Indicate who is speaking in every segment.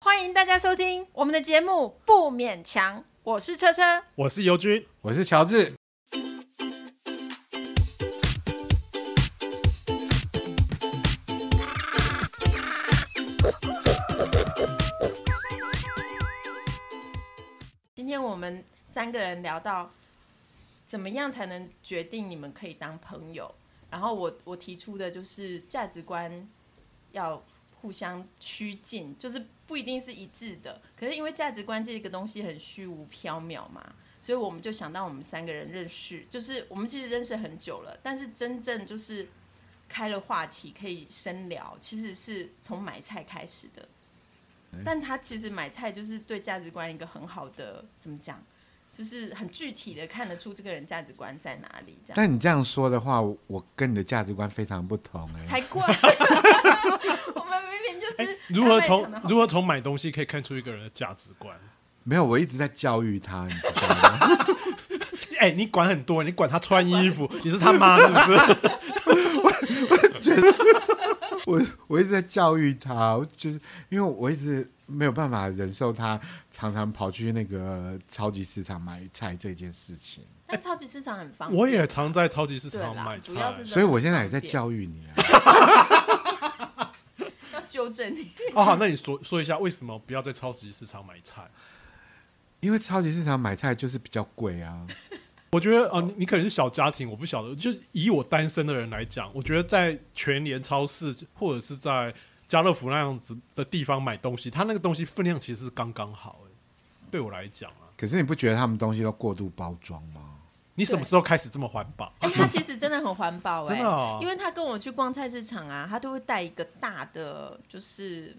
Speaker 1: 欢迎大家收听我们的节目《不勉强》，我是车车。
Speaker 2: 我是尤军，
Speaker 3: 我是乔治。
Speaker 1: 今天我们三个人聊到怎么样才能决定你们可以当朋友，然后我我提出的就是价值观要互相趋近，就是不一定是一致的。可是因为价值观这个东西很虚无缥缈嘛，所以我们就想到我们三个人认识，就是我们其实认识很久了，但是真正就是开了话题可以深聊，其实是从买菜开始的。
Speaker 2: 哎
Speaker 1: 但他其实买菜就是对价值观一个很好的怎么讲，就是很具体的看得出这个人价值观在哪里，这样
Speaker 3: 但你这样说的话，我我跟你的价值观非常不同哎、
Speaker 1: 才 怪。我们明明就
Speaker 2: 哎
Speaker 1: 是
Speaker 2: 如何
Speaker 1: 大卖
Speaker 2: 从
Speaker 1: 场的好
Speaker 2: 如何从买东西可以看出一个人的价值观？
Speaker 3: 没有，我一直在教育他，你知道吗？
Speaker 2: 哎、你管很多，你管他穿 衣服，你是他妈是不是？
Speaker 3: 我我一直在教育他，我就是因为我一直没有办法忍受他常常跑去那个超级市场买菜这件事情，
Speaker 1: 但超级市场很方便，
Speaker 2: 我也常在超级市
Speaker 1: 对
Speaker 2: 场
Speaker 1: 啦
Speaker 2: 买，
Speaker 1: 主要
Speaker 2: 菜
Speaker 1: 是，
Speaker 3: 所以我现在也在
Speaker 1: 教
Speaker 3: 教育你啊。
Speaker 1: 要纠正 你。
Speaker 2: 哦，好，那你说说一下为什么不要在超级市场买菜？
Speaker 3: 因为超级市场买菜就是比较贵啊，
Speaker 2: 我觉得哦，你你可能是小家庭，我不晓得。就以我单身的人来讲，我觉得在全联超市或者是在家乐福那样子的地方买东西，它那个东西分量其实是刚刚好、哎对我来讲啊，
Speaker 3: 可是你不觉得他们东西都过度包装 吗？
Speaker 2: 你什么时候开始这么环保？
Speaker 1: 哎、他其实真的很环 保哎、
Speaker 2: 真的哦
Speaker 1: 因为他跟我去逛菜市场啊，他都会带一个大的，就是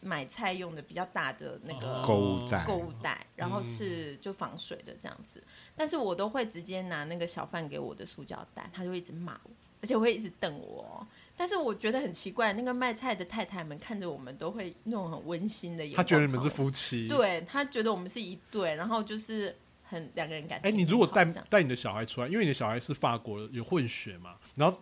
Speaker 1: 买菜用的比较大的那个
Speaker 2: 哦
Speaker 3: 购物站
Speaker 1: 购物袋，然后是
Speaker 2: 嗯
Speaker 1: 就防水的这样子。但是我都会直接拿那个小贩给我的塑胶袋，他就会一直骂我，而且会一直瞪我哦。但是我觉得很奇怪，那个卖菜的太太们看着我们都会那种很温馨的眼光
Speaker 2: 他
Speaker 1: 看
Speaker 2: 觉
Speaker 1: 我，
Speaker 2: 得你们是夫妻，
Speaker 1: 对他觉得我们是一对，然后就是很两个人感情很好这
Speaker 2: 哎、
Speaker 1: 样。
Speaker 2: 你如果带带你的小孩出来，因为你的小孩是法国的有混血嘛，然后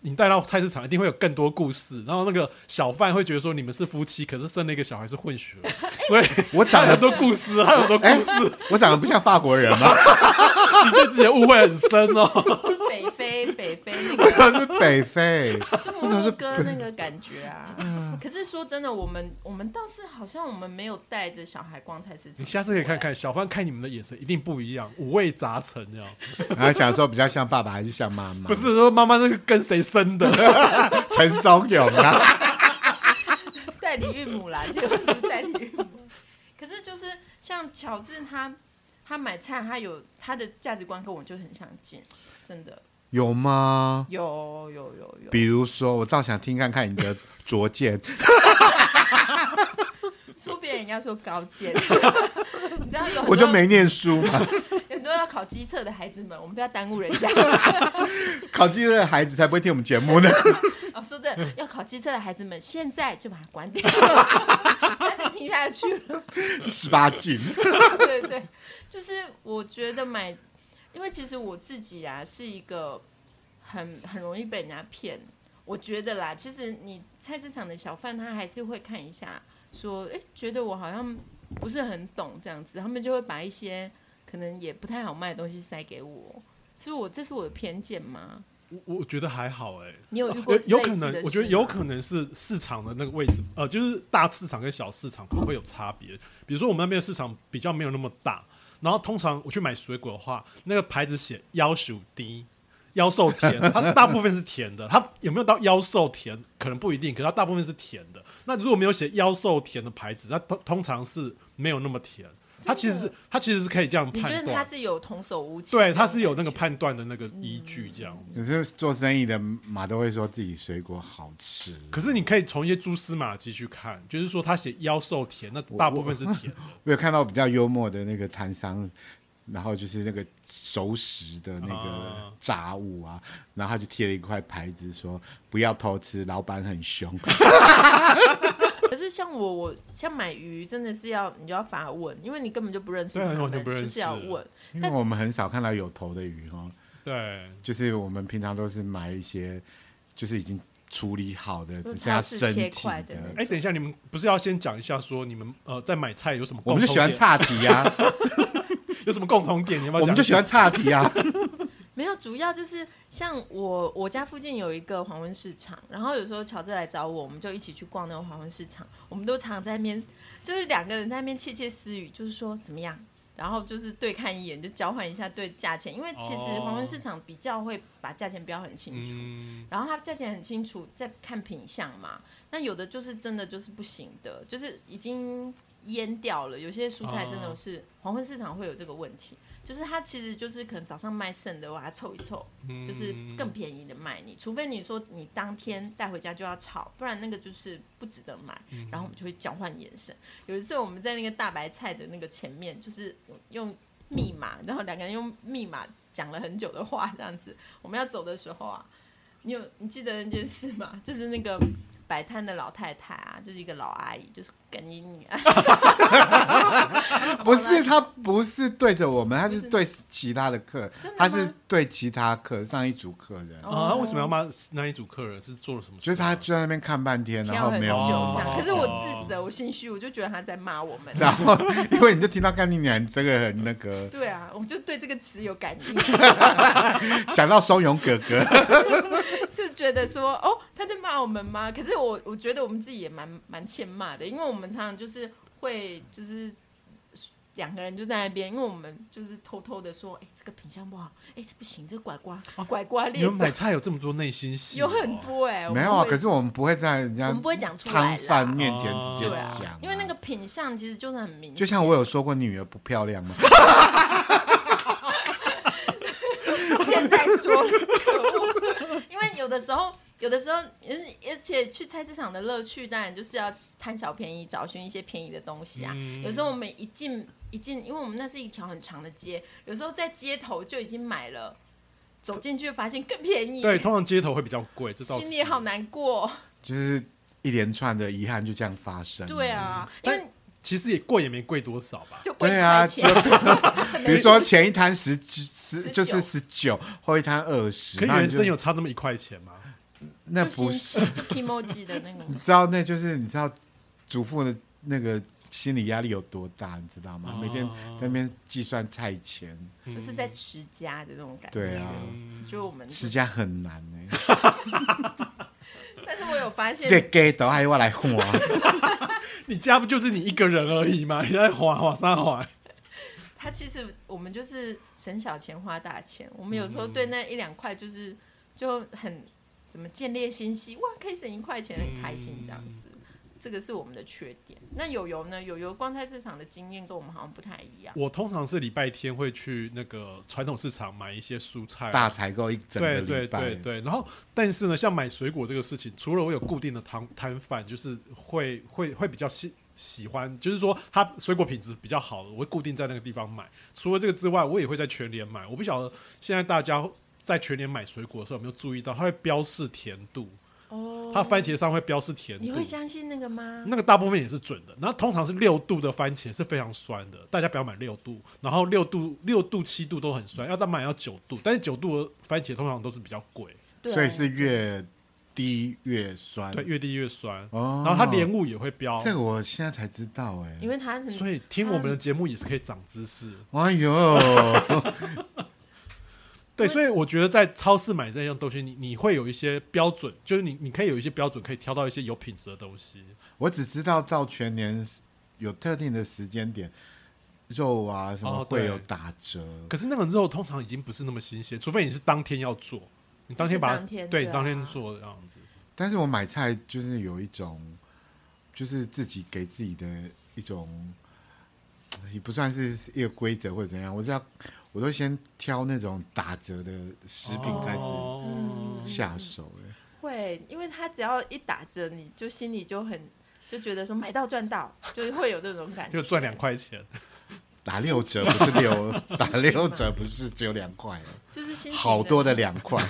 Speaker 2: 你带到菜市场，一定会有更多故事。然后那个小贩会觉得说你们是夫妻，可是生了一个小孩是混血 儿，所以
Speaker 3: 我
Speaker 2: 他
Speaker 3: 长
Speaker 2: 有很
Speaker 3: 得
Speaker 2: 多故事，啊他有很多故事，
Speaker 1: 哎
Speaker 3: 我长得不像法国人吗？
Speaker 2: 你对自己的误会很深哦。
Speaker 1: 就北非，北非那个
Speaker 3: 我长得是北非，
Speaker 1: 就摩洛哥那个感觉
Speaker 2: 嗯
Speaker 1: 啊。可是说真的，我们我们倒是好像我们没有带着小孩逛菜市场。
Speaker 2: 你下次可以 看看小贩看你们的眼神一定不一样，五味杂陈这样。
Speaker 3: 然后想说比较像爸爸还是像妈妈？
Speaker 2: 不 是说妈妈那个跟谁生的，
Speaker 3: 陈松勇啊，
Speaker 1: 代理孕母啦，结果是代理孕母。可是就是像乔治他他买菜，他有他的价值观跟我就很相近，真的
Speaker 3: 有吗？
Speaker 1: 有有有有。
Speaker 3: 比如说，我倒想听看看你的拙见，
Speaker 1: 说别人要说高见， 你知道有很多
Speaker 3: 我就没念书 嘛。
Speaker 1: 有很多要考机测的孩子们，我们不要耽误人家。
Speaker 3: 考机的孩子才不会听我们节目呢。
Speaker 1: 哦，说真的，要考机测的孩子们，现在就把它关掉，不要再听下去了。
Speaker 3: 十八禁，
Speaker 1: 对对，就是我觉得买，因为其实我自己啊是一个很很容易被人家骗。我觉得啦，其实你菜市场的小贩他还是会看一下，说，哎，觉得我好像不是很懂这样子，他们就会把一些可能也不太好卖的东西塞给我。是我这是我的偏见吗？
Speaker 2: 我我觉得还好哎、
Speaker 1: 你有遇过
Speaker 2: 有有
Speaker 1: 类
Speaker 2: 可
Speaker 1: 似
Speaker 2: 能
Speaker 1: 的，
Speaker 2: 我觉得
Speaker 1: 事
Speaker 2: 有
Speaker 1: 吗
Speaker 2: 可能是市场的那个位置，呃，就是大市场跟小市场会不会有差别？比如说我们那边的市场比较没有那么大，然后通常我去买水果的话，那个牌子写腰属低。腰瘦甜，它大部分是甜的。它有没有到腰瘦甜，可能不一定，可是它大部分是甜的。那如果没有写腰瘦甜的牌子，那通通常是没有那么甜。它其实是它其实是可以这样
Speaker 1: 你觉
Speaker 2: 判
Speaker 1: 得他
Speaker 2: 断，
Speaker 1: 是有童叟无欺？
Speaker 2: 对，它是有那个。判断的那个依
Speaker 1: 嗯
Speaker 2: 据这样子。
Speaker 3: 只是做生意的马都会说自己水果好吃。
Speaker 2: 可是你可以从一些蛛丝马迹去看，就是说他写腰瘦甜，那大部分是甜的。
Speaker 3: 我有看到比较幽默的那个摊商，然后就是那个熟食的那个
Speaker 2: 啊
Speaker 3: 炸物啊，然后他就贴了一块牌子说不要偷吃，老板很 凶。
Speaker 1: 可是像我，我像买鱼真的是要你就要发问，因为你根本就不认识
Speaker 2: 对啊
Speaker 1: 他们，
Speaker 2: 完全不认识
Speaker 1: 就是要问。
Speaker 3: 因为
Speaker 1: 但是
Speaker 3: 我们很少看到有头的鱼哦，
Speaker 2: 对，
Speaker 3: 就是我们平常都是买一些就是已经处理好的，
Speaker 1: 就
Speaker 3: 只
Speaker 1: 是
Speaker 3: 剩下
Speaker 1: 超市
Speaker 3: 身
Speaker 1: 切
Speaker 3: 体
Speaker 1: 块的那
Speaker 2: 哎，等一下，你们不是要先讲一下说你们呃在买菜有什么
Speaker 3: 我
Speaker 2: 共
Speaker 3: 们
Speaker 2: 同
Speaker 3: 就
Speaker 2: 点？
Speaker 3: 喜欢岔题啊，
Speaker 2: 有什么共同点？你要不要
Speaker 3: 我
Speaker 2: 讲一
Speaker 3: 们就
Speaker 2: 下
Speaker 3: 喜欢岔题啊。
Speaker 1: 没有，主要就是像我我家附近有一个黄昏市场，然后有时候乔治来找我，我们就一起去逛那个黄昏市场。我们都常在那边，就是两个人在那边窃窃私语，就是说怎么样，然后就是对看一眼，就交换一下对价钱，因为其实
Speaker 2: 哦
Speaker 1: 黄昏市场比较会把价钱标很清楚。
Speaker 2: 嗯，
Speaker 1: 然后它价钱很清楚，再看品相嘛。那有的就是真的就是不行的，就是已经腌掉了。有些蔬菜真的是、黄昏市场会有这个问题，就是它其实就是可能早上卖剩的，把它凑一凑，
Speaker 2: 嗯
Speaker 1: 就是更便宜的卖你。除非你说你当天带回家就要炒，不然那个就是不值得买。
Speaker 2: 嗯
Speaker 1: 然后我们就会交换眼神。有一次我们在那个大白菜的那个前面，就是用密码，然后两个人用密码讲了很久的话，这样子。我们要走的时候啊，你有你记得那件事吗？ 就是那个摆摊的老太太啊，就是一个老阿姨，就是赶紧你啊，
Speaker 3: 不是他不是对着我们，他是
Speaker 1: 不是
Speaker 3: 对其他的客，
Speaker 1: 真的
Speaker 3: 他
Speaker 1: 吗哦
Speaker 3: 是对其他客上一组客人，
Speaker 2: 啊，为什么要骂那一组客人？是做了什么事？
Speaker 3: 就是他就在那边看半天，然
Speaker 1: 挑
Speaker 3: 后
Speaker 1: 很
Speaker 3: 没
Speaker 1: 久
Speaker 3: 有
Speaker 2: 哦
Speaker 1: 这样。可是我自
Speaker 2: 哦
Speaker 1: 责，我心虚，我就觉得她在骂我们。
Speaker 3: 然后因为你就听到干你娘这个很那个，
Speaker 1: 对啊，我就对这个词有感应，
Speaker 3: 想到松勇哥哥，
Speaker 1: 就觉得说，哦，他在骂我们吗？可是我我觉得我们自己也蛮蛮欠骂的，因为我们常常就是会就是两个人就在那边，因为我们就是偷偷的说，哎、这个品相不好，哎、这不行，这拐瓜
Speaker 3: 哦
Speaker 1: 拐瓜
Speaker 2: 你
Speaker 1: 裂
Speaker 2: 们买
Speaker 1: 枣，
Speaker 2: 菜有这么多内心戏哦，
Speaker 1: 有很多 哎、我们
Speaker 3: 没有啊。
Speaker 1: 会
Speaker 3: 可是我们不会在人
Speaker 1: 我
Speaker 3: 家
Speaker 1: 们不会讲出来
Speaker 3: 摊贩
Speaker 1: 啦。
Speaker 3: 面前直接
Speaker 1: 对
Speaker 3: 讲
Speaker 1: 啊
Speaker 3: 啊，，
Speaker 1: 因为那个品相其实就是很明显，
Speaker 3: 就像我有说过女儿不漂亮嘛，
Speaker 1: 现在说了，可 恶！因为有的时候，有的时候，嗯而且去菜市场的乐趣，当然就是要贪小便宜，找寻一些便宜的东西啊。
Speaker 2: 嗯
Speaker 1: 有时候我们一进一进，因为我们那是一条很长的街，有时候在街头就已经买了，走进去发现更便宜，
Speaker 2: 对，通常街头会比较贵，这倒是
Speaker 1: 心里好难过。
Speaker 3: 就是一连串的遗憾就这样发生。
Speaker 1: 对，啊，因为
Speaker 2: 其实也贵也没贵多少吧。
Speaker 1: 就贵一
Speaker 3: 嗯对啊
Speaker 1: 块钱，
Speaker 3: 比如说前一摊十十
Speaker 1: 19
Speaker 3: 就是十九，后一摊二十，
Speaker 2: 可以
Speaker 3: 那
Speaker 2: 人
Speaker 3: 你就
Speaker 2: 生有差这么一块钱吗？
Speaker 3: 那
Speaker 1: 就
Speaker 3: 不
Speaker 1: 心
Speaker 3: 是。
Speaker 1: 情就 i m o j i 的那种
Speaker 3: 你。知道，那就是你知道主妇的那个心理压力有多大，你知道吗？
Speaker 2: 哦
Speaker 3: 每天在那边计算菜钱，
Speaker 1: 就是在持家的那种感觉，
Speaker 3: 嗯对啊，
Speaker 2: 嗯
Speaker 1: 就我们就，
Speaker 3: 持家很难呢、
Speaker 1: 但是我有发现，
Speaker 3: 这给都还要我来换，
Speaker 2: 你家不就是你一个人而已吗？你在划划三划，
Speaker 1: 他其实我们就是省小钱花大钱，我们有时候
Speaker 2: 嗯
Speaker 1: 对那一两块就是就很怎么见猎心喜，哇，可以省一块钱，很开心这样子。
Speaker 2: 嗯
Speaker 1: 这个是我们的缺点。那友友呢？友友逛菜市场的经验跟我们好像不太一样。
Speaker 2: 我通常是礼拜天会去那个传统市场买一些蔬菜啊，
Speaker 3: 大采购一整个
Speaker 2: 对
Speaker 3: 礼
Speaker 2: 对
Speaker 3: 拜。
Speaker 2: 对对，然后但是呢，像买水果这个事情，除了我有固定的摊摊贩，就是会会会比较喜喜欢，就是说它水果品质比较好的，我会固定在那个地方买。除了这个之外，我也会在全联买。我不晓得现在大家在全联买水果的时候有没有注意到，它会标示甜度，
Speaker 1: 哦
Speaker 2: 它番茄上会标示甜度。
Speaker 1: 你会相信那个吗？
Speaker 2: 那个大部分也是准的，然后通常是六度的番茄是非常酸的，大家不要买六度，然后六度、六度、七度都很酸，要再买要九度，但是九度的番茄通常都是比较贵，
Speaker 1: 对
Speaker 3: 所以是越低越
Speaker 1: 嗯
Speaker 3: 酸。
Speaker 2: 对，越低越酸。
Speaker 3: 哦
Speaker 2: 然后它莲雾也会标，
Speaker 3: 这个我现在才知道哎、
Speaker 1: 因为他很
Speaker 2: 所以听我们的节目也是可以长知识。
Speaker 1: 嗯
Speaker 3: 哎呦，
Speaker 2: 对，所以我觉得在超市买这样东西，你你会有一些标准，就是你你可以有一些标准，可以挑到一些有品质的东西。
Speaker 3: 我只知道照全年有特定的时间点，肉啊什么
Speaker 2: 哦对
Speaker 3: 会有打折。
Speaker 2: 可是那个肉通常已经不是那么新鲜，除非你是当天要做，你当天把
Speaker 1: 就是当天
Speaker 2: 对
Speaker 1: 对啊
Speaker 2: 你当天做的这样子。
Speaker 3: 但是我买菜就是有一种，就是自己给自己的一种，也不算是一个规则或者怎样，我知道我都先挑那种打折的食品开始
Speaker 2: 哦
Speaker 3: 下手、欸。
Speaker 1: 会，因为他只要一打折，你就心里就很就觉得说买到赚到，就是会有这种感觉。
Speaker 2: 就赚两块钱，
Speaker 3: 打六折不是六， 打
Speaker 1: 心情
Speaker 3: 六
Speaker 1: 嘛
Speaker 3: 折不是只有两块，欸
Speaker 1: 就是心情
Speaker 3: 好多的两块。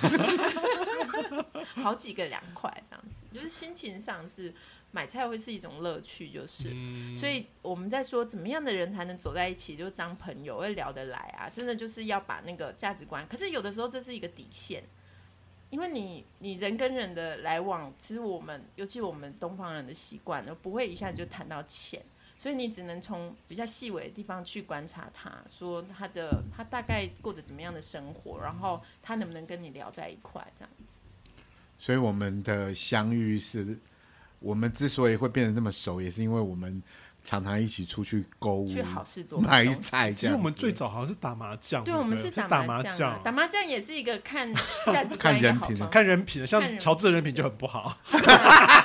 Speaker 1: 好几个两块这样子，就是心情上是买菜会是一种乐趣，就是。
Speaker 2: 嗯，
Speaker 1: 所以我们在说怎么样的人才能走在一起，就是当朋友会聊得来啊，真的就是要把那个价值观。可是有的时候这是一个底线，因为你你人跟人的来往，其实我们尤其我们东方人的习惯呢，不会一下就谈到钱，所以你只能从比较细微的地方去观察他，说他的他大概过着怎么样的生活，然后他能不能跟你聊在一块这样子。
Speaker 3: 所以我们的相遇是，我们之所以会变得那么熟，也是因为我们常常一起出去购物、
Speaker 1: 去好事多
Speaker 3: 买
Speaker 1: 东西
Speaker 3: 菜这
Speaker 2: 因为
Speaker 3: 样子。
Speaker 2: 我们最早好像是打麻将，
Speaker 1: 对，
Speaker 2: 不
Speaker 1: 我们是
Speaker 2: 打
Speaker 1: 打麻
Speaker 2: 麻
Speaker 1: 将啊，打麻将也是一个 看价值观
Speaker 3: 看
Speaker 1: 的
Speaker 3: 人
Speaker 1: 好
Speaker 3: 品的
Speaker 1: 方法。
Speaker 2: 看人品的，啊
Speaker 1: 看人
Speaker 2: 像乔治的人品就很不好。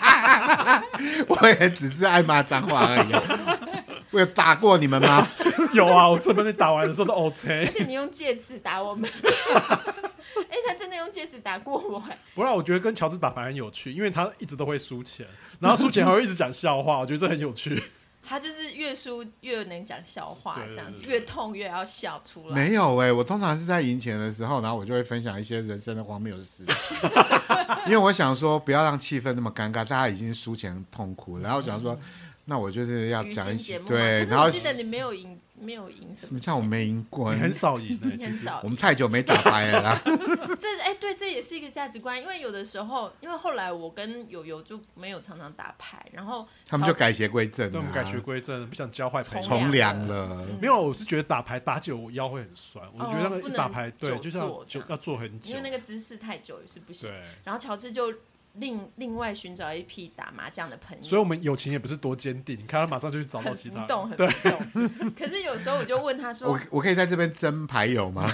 Speaker 3: 我也只是爱骂脏话而已、啊。 我有打过你们吗？
Speaker 2: 有啊，我这边打完的时候都 OK
Speaker 1: 而。且你用戒指打我 们，哎、他真的用戒指打过我、哎
Speaker 2: 不然我觉得跟乔治打牌很有趣，因为他一直都会输钱，然后输钱还会一直讲笑话， 我觉得这很有趣。
Speaker 1: 他就是越输越能讲笑话，
Speaker 2: 对对
Speaker 1: 这样子
Speaker 2: 对对
Speaker 1: 越痛越要笑出来。
Speaker 3: 没有哎、我通常是在赢钱的时候，然后我就会分享一些人生的荒谬的事情， 因为我想说不要让气氛那么尴尬，大家已经输钱很痛苦了，然后我想说，那我就是要
Speaker 1: 娱
Speaker 3: 讲
Speaker 1: 乐
Speaker 3: 一
Speaker 1: 嗯节
Speaker 3: 些
Speaker 1: 目嘛，
Speaker 3: 对，
Speaker 1: 可是
Speaker 3: 然后
Speaker 1: 我记得你没有赢，没有赢什么钱，
Speaker 3: 像我没赢过
Speaker 2: 你，很少赢的、啊
Speaker 1: 你
Speaker 2: 其
Speaker 1: 很
Speaker 2: 实。
Speaker 1: 少
Speaker 3: 我。们太久没打牌了啦。
Speaker 1: 这哎、对，这也是一个价值观，因为有的时候，因为后来我跟友友就没有常常打牌，然后
Speaker 3: 他们就改邪归正
Speaker 2: 对
Speaker 3: 了、
Speaker 2: 我们改邪
Speaker 3: 啊，
Speaker 2: 归正，不想教坏朋友。
Speaker 1: 从
Speaker 3: 从
Speaker 1: 良
Speaker 3: 良
Speaker 1: 了
Speaker 3: 了。
Speaker 2: 没有，我是觉得打牌打久我腰会很酸，我觉得那个
Speaker 1: 哦不
Speaker 2: 一
Speaker 1: 能
Speaker 2: 打牌对，
Speaker 1: 久
Speaker 2: 就是要
Speaker 1: 坐这
Speaker 2: 就
Speaker 1: 样
Speaker 2: 要坐很久
Speaker 1: 因为。那个姿势太久也是不行。
Speaker 2: 对，
Speaker 1: 然后乔治就另另外寻找一批打麻将的朋友，
Speaker 2: 所以我们友情也不是多坚定，你看他马上就去找到
Speaker 1: 很
Speaker 2: 其
Speaker 1: 浮
Speaker 2: 他人。
Speaker 1: 动，很
Speaker 2: 对，啊
Speaker 1: 浮动。可是有时候我就问他说
Speaker 3: 我我可以在这边争牌友吗？：“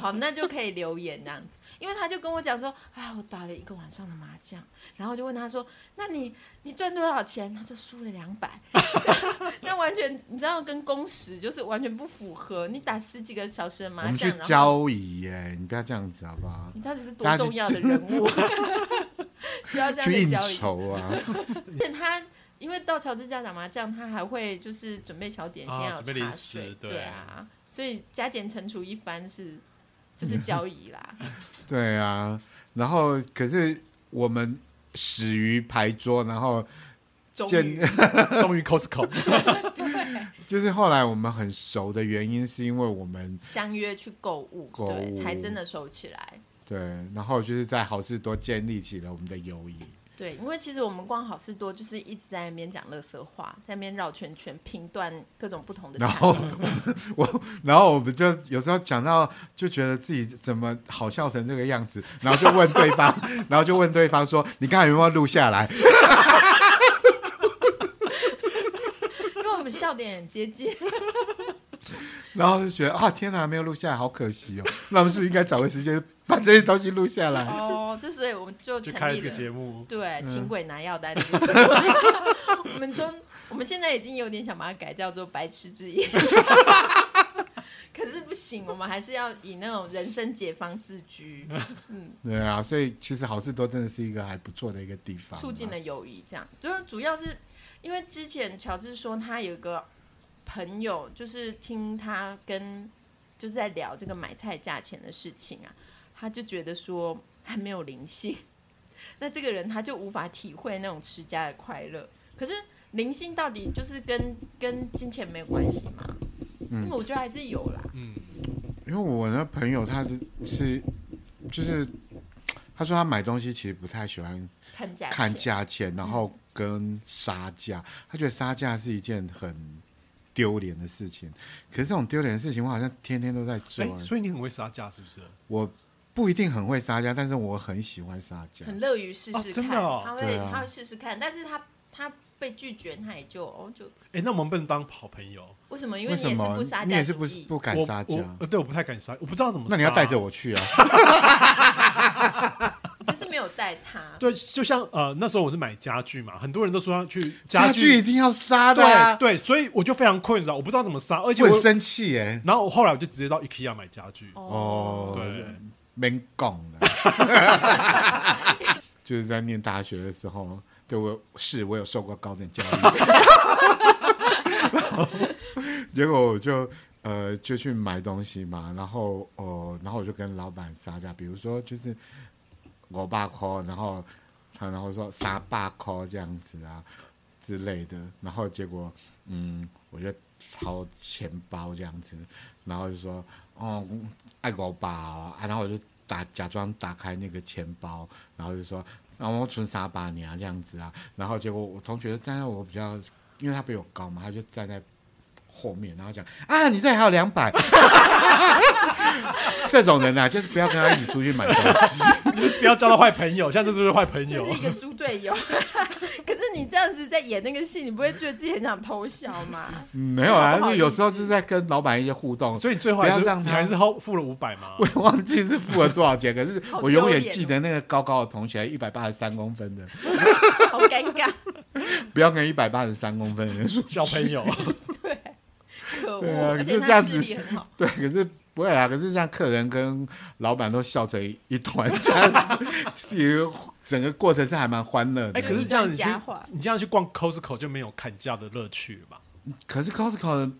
Speaker 1: 好，那就可以留言这样子。”因为他就跟我讲说：“啊，我打了一个晚上的麻将。”然后我就问他说：“那你你赚多少钱？”他就输了两百。 那完全你知道跟工时就是完全不符合。你打十几个小时的
Speaker 3: 我
Speaker 1: 麻
Speaker 3: 们
Speaker 1: 将，
Speaker 3: 去
Speaker 1: 然后
Speaker 3: 交易耶，你不要这样子好不好？
Speaker 1: 你到底是多
Speaker 3: 大家去
Speaker 1: 重要的人物， 需要这样
Speaker 3: 去
Speaker 1: 的
Speaker 3: 应
Speaker 1: 交易。
Speaker 3: 酬啊！
Speaker 1: 而且他因为到乔治家打麻将，他还会就是准备小点心，
Speaker 2: 啊
Speaker 1: 还有
Speaker 2: 准备
Speaker 1: 茶
Speaker 2: 零食
Speaker 1: 水，
Speaker 2: 对
Speaker 1: 对啊，所以加减乘除一番是就是交易 啦。
Speaker 3: 对啊，然后可是我们始于牌桌，然后
Speaker 1: 终于
Speaker 3: 见，
Speaker 2: 终于 Costco
Speaker 3: 就是后来我们很熟的原因，是因为我们
Speaker 1: 相约去购物，
Speaker 3: 购
Speaker 1: 对，
Speaker 3: 物
Speaker 1: 才真的收起来。
Speaker 3: 对，然后就是在好事多建立起了我们的友谊。
Speaker 1: 对，因为其实我们逛好事多，就是一直在那边讲乐色话，在那边绕圈圈，评断各种不同的
Speaker 3: 然
Speaker 1: 产
Speaker 3: 后
Speaker 1: 品。
Speaker 3: 我， 然后我们就有时候讲到，就觉得自己怎么好笑成这个样子，然后就问对方，然后就问对方说：“你刚才有没有录下来
Speaker 1: 因为我们笑点很接 近，？”
Speaker 3: 然后就觉得啊，天哪，没有录下来，好可惜哦。那我们是不是应该找个时间把这些东西录下来？
Speaker 1: 哦，就所以我们就
Speaker 2: 就
Speaker 1: 成
Speaker 2: 开了
Speaker 1: 立
Speaker 2: 这个
Speaker 1: 了。
Speaker 2: 节目。
Speaker 1: 对，
Speaker 3: 嗯
Speaker 1: 请鬼拿药单。我们中，我们现在已经有点想把它改叫做“白痴之夜”， 可是不行，我们还是要以那种人生解放自居，
Speaker 3: 对啊，所以其实好事多真的是一个还不错的一个地方啊，
Speaker 1: 促进了友谊。这样，就是主要是因为之前乔治说他有个朋友，就是听他跟就是在聊这个买菜价钱的事情啊，他就觉得说还没有灵性， 那这个人他就无法体会那种持家的快乐。可是灵性到底就是跟跟金钱没有关系吗？
Speaker 3: 嗯
Speaker 1: 因为我觉得还是有啦，
Speaker 2: 嗯，
Speaker 3: 因为我那朋友他是是就是他说他买东西其实不太喜欢
Speaker 1: 看价钱
Speaker 3: 看价钱，然
Speaker 1: 嗯
Speaker 3: 后跟杀价，他觉得杀价是一件很丢脸的事情。可是这种丢脸的事情，我好像天天都在做
Speaker 2: 哎、
Speaker 3: 欸、
Speaker 2: 所以你很会杀价是不是？
Speaker 3: 我不一定很会杀价，但是我很喜欢杀价。
Speaker 1: 很乐于试试看，
Speaker 2: 哦真的哦
Speaker 1: 他会、
Speaker 3: 对啊
Speaker 1: 他会试试看，但是他他被拒绝，他也就哦就
Speaker 2: 哎、那我们不能当好朋友。
Speaker 1: 为什么？因为
Speaker 3: 为
Speaker 1: 你也
Speaker 3: 什
Speaker 1: 是
Speaker 3: 么
Speaker 1: 不杀
Speaker 3: 你
Speaker 1: 价
Speaker 3: 也是
Speaker 1: 主
Speaker 3: 不
Speaker 1: 义，
Speaker 3: 不敢
Speaker 2: 我
Speaker 3: 杀价？
Speaker 2: 我呃对我不太敢杀，我不知道怎么。
Speaker 3: 那你要带着。我去啊！
Speaker 1: 就是没有带 他。
Speaker 2: 对，就像呃那时候我是买家具嘛，很多人都说要去
Speaker 3: 家具
Speaker 2: 具
Speaker 3: 一定要杀的、
Speaker 2: 对
Speaker 3: 啊，
Speaker 2: 对，所以我就非常困扰，我不知道怎么杀，而且
Speaker 3: 我
Speaker 2: 我
Speaker 3: 很生气哎、
Speaker 2: 然后我后来我就直接到 IKEA 买家具。
Speaker 1: 哦，
Speaker 3: 哦，
Speaker 2: 对，
Speaker 3: 没讲了， 就是在念大学的时候，对我是我有受过高等教育， 然后结果我就呃就去买东西嘛，然后呃然后我就跟老板杀价，比如说就是我爸 call，然后他然后说杀爸 call 这样子啊之类的，然后结果嗯我就掏钱包这样子，然后就说哦爱狗吧啊，然后我就打假装打开那个钱包，然后就说啊我存啥把你啊这样子啊，然后结果我同学站在我比较，因为他比我高嘛，他就站在后面，然后讲啊你这里还有两百， 这种人啊，就是不要跟他一起出去买东西。
Speaker 2: 不要交到坏朋友，现在这就是坏朋
Speaker 4: 这
Speaker 2: 友
Speaker 4: 是。一个猪队 友，
Speaker 1: 可是你这样子在演那个戏，你不会觉得自己很想偷笑 吗？
Speaker 3: 嗯没有
Speaker 1: 好
Speaker 3: 啦，
Speaker 1: 不好
Speaker 3: 就
Speaker 1: 意
Speaker 3: 是
Speaker 1: 思
Speaker 3: 有时候就是在跟老板一些互动，
Speaker 2: 所以你最后还
Speaker 3: 不
Speaker 2: 是
Speaker 3: 要让他
Speaker 2: 你还是后付了五百吗
Speaker 3: 我？也忘记是付了多少钱，可是
Speaker 1: 好
Speaker 3: 我永
Speaker 1: 丢
Speaker 3: 远
Speaker 1: 脸
Speaker 3: 记得那个高高的同学，一百八十三公分的，
Speaker 1: 好尴尬，
Speaker 3: 不要跟一百八十三公分的人说。
Speaker 2: 小朋友，
Speaker 1: 对，可
Speaker 3: 对
Speaker 1: 恶，
Speaker 3: 啊
Speaker 1: 而且
Speaker 3: 可是这
Speaker 1: 他
Speaker 3: 样
Speaker 1: 视
Speaker 3: 子
Speaker 1: 力很好，
Speaker 3: 对，可是不会啦，可是像客人跟老板都笑成一团，这样子，自己整个过程是还蛮欢乐的。
Speaker 2: 哎，可是
Speaker 1: 一
Speaker 2: 这样
Speaker 1: 段
Speaker 2: 你去
Speaker 1: 佳话
Speaker 2: 你这样去逛 Costco 就没有砍价的乐趣了吧？
Speaker 3: 可是 Costco 的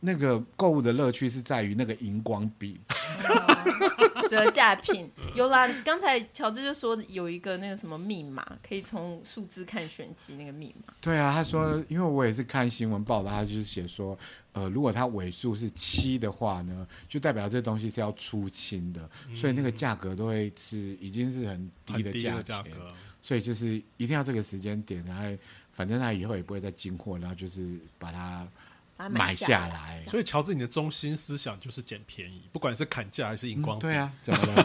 Speaker 3: 那个购物的乐趣是在于那个荧光笔，
Speaker 1: 哦 折价品有啦。刚才乔治就说有一个那个什么密码，可以从数字看玄机那个密码。
Speaker 3: 对啊，他说，
Speaker 2: 嗯
Speaker 3: 因为我也是看新闻报道，他就是写说，呃，如果它尾数是七的话呢，就代表这东西是要出清的，所以那个价格都会是已经是很低
Speaker 2: 嗯很
Speaker 3: 的
Speaker 2: 低
Speaker 3: 价
Speaker 2: 的
Speaker 3: 钱，
Speaker 2: 价格，
Speaker 3: 所以就是一定要这个时间点，然后反正他以后也不会再进货，然后就是把它
Speaker 1: 把它
Speaker 3: 买
Speaker 1: 啊下来，
Speaker 3: 来。
Speaker 2: 所以乔治你的中心思想就是捡便宜，不管是砍价还是荧光
Speaker 3: 嗯
Speaker 2: 笔。
Speaker 3: 对啊，怎么了？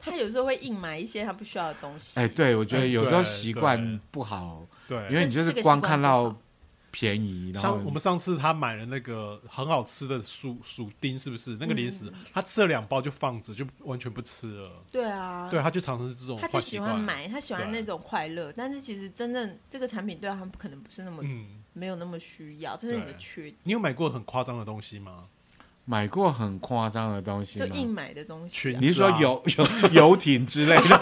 Speaker 1: 他有时候会硬买一些他不需要的东西。
Speaker 3: 哎，对，我觉得
Speaker 2: 嗯
Speaker 3: 有时候
Speaker 2: 对
Speaker 3: 习
Speaker 2: 对
Speaker 3: 惯不好，
Speaker 2: 对，
Speaker 3: 因为你就
Speaker 1: 这
Speaker 3: 是
Speaker 1: 这个习
Speaker 3: 光
Speaker 1: 惯
Speaker 3: 看
Speaker 1: 不
Speaker 3: 到
Speaker 1: 好
Speaker 3: 便宜，然后
Speaker 2: 像我们上次他买了那个很好吃的薯薯丁，是不是那个零食？
Speaker 1: 嗯
Speaker 2: 他吃了两包就放着，就完全不吃了。
Speaker 1: 对啊，
Speaker 2: 对，他就尝试这种
Speaker 1: 他
Speaker 2: 哦坏
Speaker 1: 就
Speaker 2: 习
Speaker 1: 喜
Speaker 2: 惯
Speaker 1: 欢。买，他喜欢
Speaker 2: 对
Speaker 1: 那种快乐，但是其实真正这个产品对他们可能不是那么、
Speaker 2: 嗯，
Speaker 1: 没有那么需要，这是你的
Speaker 2: 对
Speaker 1: 缺点，
Speaker 2: 你有买过很夸张的东西吗？
Speaker 3: 买过很夸张的东西
Speaker 1: 就
Speaker 3: 吗？
Speaker 1: 硬买的东西、
Speaker 2: 裙
Speaker 1: 啊
Speaker 3: 你，是说
Speaker 2: 是啊
Speaker 3: 游游游艇之类的？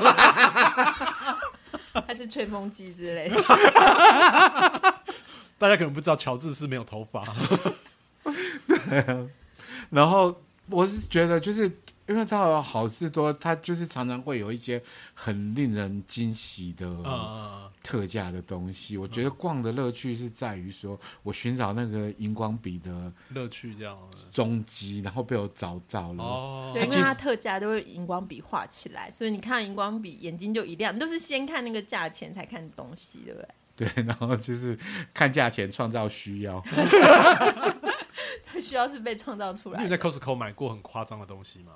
Speaker 1: 还是吹风机之 类的。
Speaker 2: 啊大家可能不知道，乔治是没有头发。
Speaker 3: 然后我是觉得，就是因为它有好事多，它就是常常会有一些很令人惊喜的
Speaker 2: 嗯，
Speaker 3: 特价的东西。我觉得逛的乐趣是在于说，我寻找那个荧光笔的
Speaker 2: 乐趣这样。
Speaker 3: 踪迹，然后被我找到了。
Speaker 2: 哦，
Speaker 1: 对，因
Speaker 3: 其
Speaker 1: 为
Speaker 3: 实
Speaker 1: 它特价都会荧光笔画起来，所以你看荧光笔眼睛就一亮，你都是先看那个价钱才看东西，对不 对？
Speaker 3: 对，然后就是看价钱创造需要。
Speaker 1: 它需要是被创造出
Speaker 2: 你
Speaker 1: 来
Speaker 2: 有
Speaker 1: 的。
Speaker 2: 在 Costco 买过很夸张的东西吗？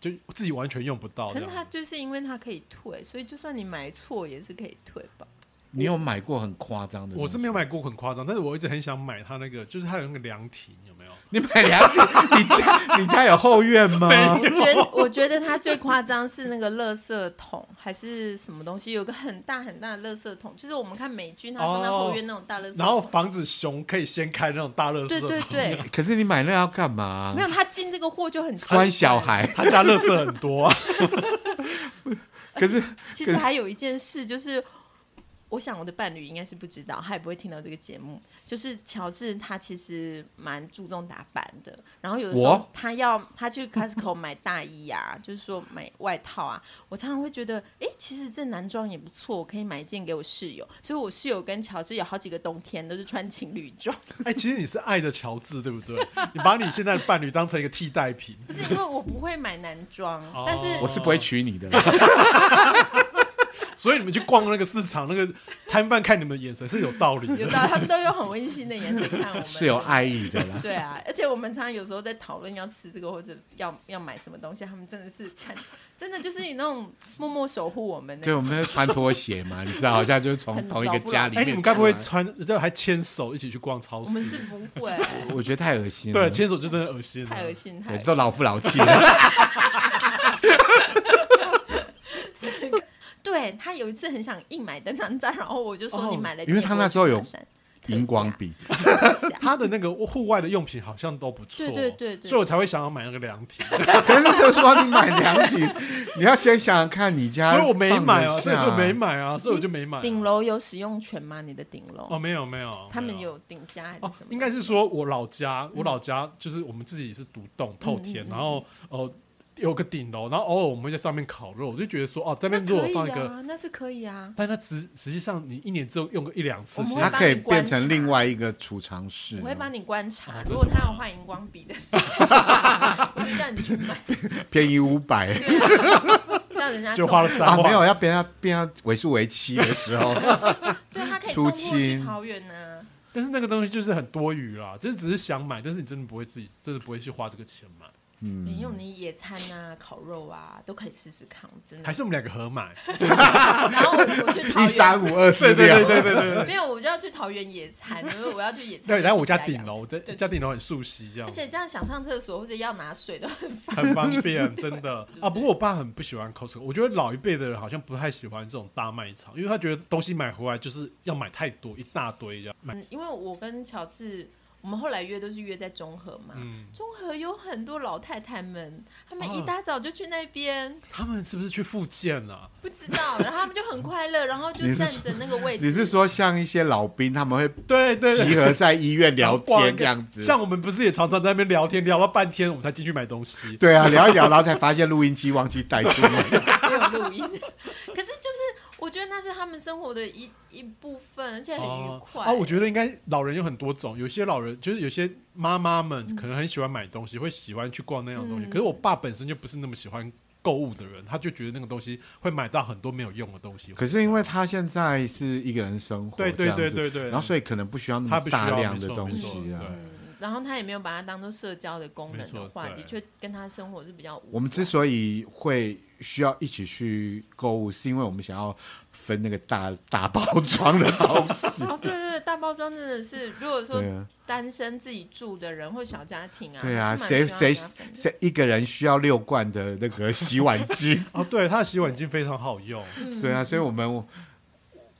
Speaker 2: 就自己完全用不到
Speaker 1: 可
Speaker 2: 这
Speaker 1: 是它
Speaker 2: 样。
Speaker 1: 就是因为它可以退，所以就算你买错也是可以退吧。
Speaker 3: 你有买过很夸张的？
Speaker 2: 我是没有买。过很夸张，但是我一直很想买它那个，就是它有那个凉亭，有没有？
Speaker 3: 你买两瓶？你家你家有后院吗？
Speaker 1: 我觉得，我觉得它最夸张是那个垃圾桶还是什么东西，有个很大很大的垃圾桶，就是我们看美剧它放在后院那种大垃圾桶，
Speaker 2: 然后防止熊可以先开那种大乐色
Speaker 1: 对
Speaker 2: 桶，
Speaker 1: 对对，
Speaker 3: 可是你买那要干嘛
Speaker 1: 没？有它进这个货就很奇怪
Speaker 3: 关小。孩。
Speaker 2: 他家乐色很多、啊，
Speaker 3: 可是
Speaker 1: 其实还有一件事，就是我想我的伴侣应该是不知道，他也不会听到这个节目。就是乔治他其实蛮注重打扮的，然后有的时候
Speaker 3: 我
Speaker 1: 他要他去 Costco 买大衣啊， 就是说买外套啊，我常常会觉得，哎、其实这男装也不错，我可以买一件给我室友。所以我室友跟乔治有好几个冬天都是穿情侣装，
Speaker 2: 哎、其实你是爱着乔治，对不对？你把你现在的伴侣当成一个替 代品，
Speaker 1: 不是因为我不会买男装，但是
Speaker 3: 我是不会娶你的啦。
Speaker 2: 所以你们去逛那个市场，那个摊贩看你们的眼神是有道理
Speaker 1: 有
Speaker 2: 的。
Speaker 1: 时候他们都用很温馨的眼神看我 们，
Speaker 3: 是有爱意的啦。
Speaker 1: 对啊，而且我们常常有时候在讨论要吃这个或者要要买什么东西，他们真的是看，真的就是你那种默默守护我们
Speaker 3: 对，
Speaker 1: 的
Speaker 3: 我。们会穿拖鞋嘛，你知道，好像就是从
Speaker 1: 很
Speaker 3: 同一个家里
Speaker 1: 老夫
Speaker 2: 哎、
Speaker 3: 面。
Speaker 1: 老妻
Speaker 2: 你们该不会穿，就还牵手一起去逛超
Speaker 1: 我们
Speaker 2: 市？
Speaker 1: 是不会，
Speaker 3: 我觉得太恶心了。
Speaker 2: 对，牵手就真的恶心了，
Speaker 1: 太恶心，太
Speaker 3: 对
Speaker 1: 恶心
Speaker 3: 都老夫老妻了。
Speaker 1: 对他有一次很想硬买登山杖，然后我就
Speaker 2: 哦
Speaker 1: 说你买了，
Speaker 3: 因为他那时候有荧光
Speaker 1: 特
Speaker 3: 笔，
Speaker 1: 价，
Speaker 2: 他的那个户外的用品好像都不错，
Speaker 1: 对对对对
Speaker 2: 所以我才会想要买那个凉亭，
Speaker 3: 可是就说你买凉亭，你要先想想看你家
Speaker 2: 所
Speaker 3: 放得下，
Speaker 2: 以我没买啊，所以我没买啊，所以我就没买啊、
Speaker 1: 顶楼有使用权吗？你的顶
Speaker 2: 哦，
Speaker 1: 楼，
Speaker 2: 没有没有，
Speaker 1: 他们
Speaker 2: 没有
Speaker 1: 有顶加还是
Speaker 2: 哦
Speaker 1: 什么，？嗯
Speaker 2: 应该是说我老家，我老家就是我们自己是独栋透天，
Speaker 1: 嗯嗯
Speaker 2: 然后哦、呃有个顶楼，然后偶尔我们会在上面烤肉，我就觉得说哦，这
Speaker 1: 那
Speaker 2: 边如果
Speaker 1: 可以
Speaker 2: 放一个，
Speaker 1: 啊，那是可以啊。
Speaker 2: 但它实实际上你一年只有用个一两次
Speaker 1: 我，们
Speaker 2: 其
Speaker 1: 会
Speaker 2: 实
Speaker 3: 它
Speaker 1: 帮
Speaker 3: 可以
Speaker 1: 你观
Speaker 3: 变成
Speaker 1: 察
Speaker 3: 另外一个储藏室
Speaker 1: 我，会帮你观察，
Speaker 2: 哦真的
Speaker 1: 如果他
Speaker 2: 吗
Speaker 1: 要换荧光笔的时候，我就叫你去买。
Speaker 3: 便宜 五百
Speaker 1: 对啊，叫人家
Speaker 2: 就花了
Speaker 1: 送
Speaker 2: 三
Speaker 3: 啊，
Speaker 2: 万。
Speaker 3: 没有要变到变到尾数为七的时 候，
Speaker 1: 对他可以
Speaker 3: 出
Speaker 1: 送货去
Speaker 3: 清
Speaker 1: 桃园啊呢、
Speaker 2: 但是那个东西就是很多余啦，就是只是想买，但是你真的不会自己，真的不会去花这个钱买。
Speaker 1: 没有你野餐啊、烤肉啊，都可以试试看，我真的
Speaker 2: 还。是我们两个合买？
Speaker 1: 然后我我去
Speaker 3: 一
Speaker 1: 桃
Speaker 3: 三
Speaker 1: 园，
Speaker 3: 五二
Speaker 2: 对
Speaker 3: 四
Speaker 2: 对对
Speaker 3: 六，
Speaker 2: 对 对对对。
Speaker 1: 没有，我就要去桃园野餐，因为我要去野餐。
Speaker 2: 对， 来我
Speaker 1: 就
Speaker 2: 家
Speaker 1: 去
Speaker 2: 顶
Speaker 1: 养
Speaker 2: 楼，我在
Speaker 1: 对
Speaker 2: 家顶楼很熟悉，这样
Speaker 1: 而且这样想上厕所或者要拿水都很 烦。
Speaker 2: 很方便，真的
Speaker 1: 对
Speaker 2: 啊。不过我爸很不喜欢 Costco，我觉得老一辈的人好像不太喜欢这种大卖场，因为他觉得东西买回来就是要买太多，一大堆这样买。
Speaker 1: 嗯，因为我跟乔治，我们后来约都是约在中和嘛。
Speaker 2: 嗯，
Speaker 1: 中和有很多老太太们，她们
Speaker 2: 啊
Speaker 1: 一大早就去那边，
Speaker 2: 他们是不是去复健啊？
Speaker 1: 不知道，然后她们就很快乐，然后就
Speaker 3: 你是
Speaker 1: 站着那个位置。
Speaker 3: 你是说像一些老兵他们会
Speaker 2: 对对对
Speaker 3: 集合在医院聊
Speaker 2: 逛一
Speaker 3: 天
Speaker 2: 个
Speaker 3: 这样子？
Speaker 2: 像我们不是也常常在那边聊天，聊到半天我们才进去买东西。
Speaker 3: 对啊，聊一聊，然后才发现录音机忘记带出门。
Speaker 1: 没有录音。可是就是，我觉得那是他们生活的一一部分，而且 很愉快。
Speaker 2: 啊！
Speaker 3: 哦
Speaker 2: 我觉得应该老人有很多种，有些老人就是有些妈妈们可能很喜欢买东西，会喜欢去逛那样的东西。
Speaker 1: 嗯
Speaker 2: 可是我爸本身就不是那么喜欢购物的人，他就觉得那个东西会买到很多没有用的东西。
Speaker 3: 可是因为他现在是一个人生活，
Speaker 2: 对对
Speaker 3: 这样子
Speaker 2: 对对对
Speaker 3: 然后所以可能不需要那
Speaker 2: 他
Speaker 3: 么
Speaker 2: 不需要
Speaker 3: 大量
Speaker 2: 没
Speaker 3: 的
Speaker 2: 错
Speaker 3: 东
Speaker 2: 没错
Speaker 3: 西啊。
Speaker 2: 对
Speaker 1: 嗯，然后他也没有把它当做社交的功能的话，
Speaker 2: 没错
Speaker 1: 的
Speaker 2: 对
Speaker 1: 确跟他生活是比较无关。
Speaker 3: 我们之所以会需要一起去购物，是因为我们想要分那个大大包装的东西。
Speaker 1: 哦，对对对，大包装真的是，如果 说
Speaker 3: 对啊，
Speaker 1: 单身自己住的人或小家庭啊，
Speaker 3: 对啊，
Speaker 1: 还是蛮需
Speaker 3: 谁
Speaker 1: 要
Speaker 3: 谁
Speaker 1: 跟他分的
Speaker 3: 谁一个人需要六罐的那个洗碗 机？
Speaker 2: 哦，对，他的洗碗巾非常好用，
Speaker 1: 嗯
Speaker 3: 对啊，所以我们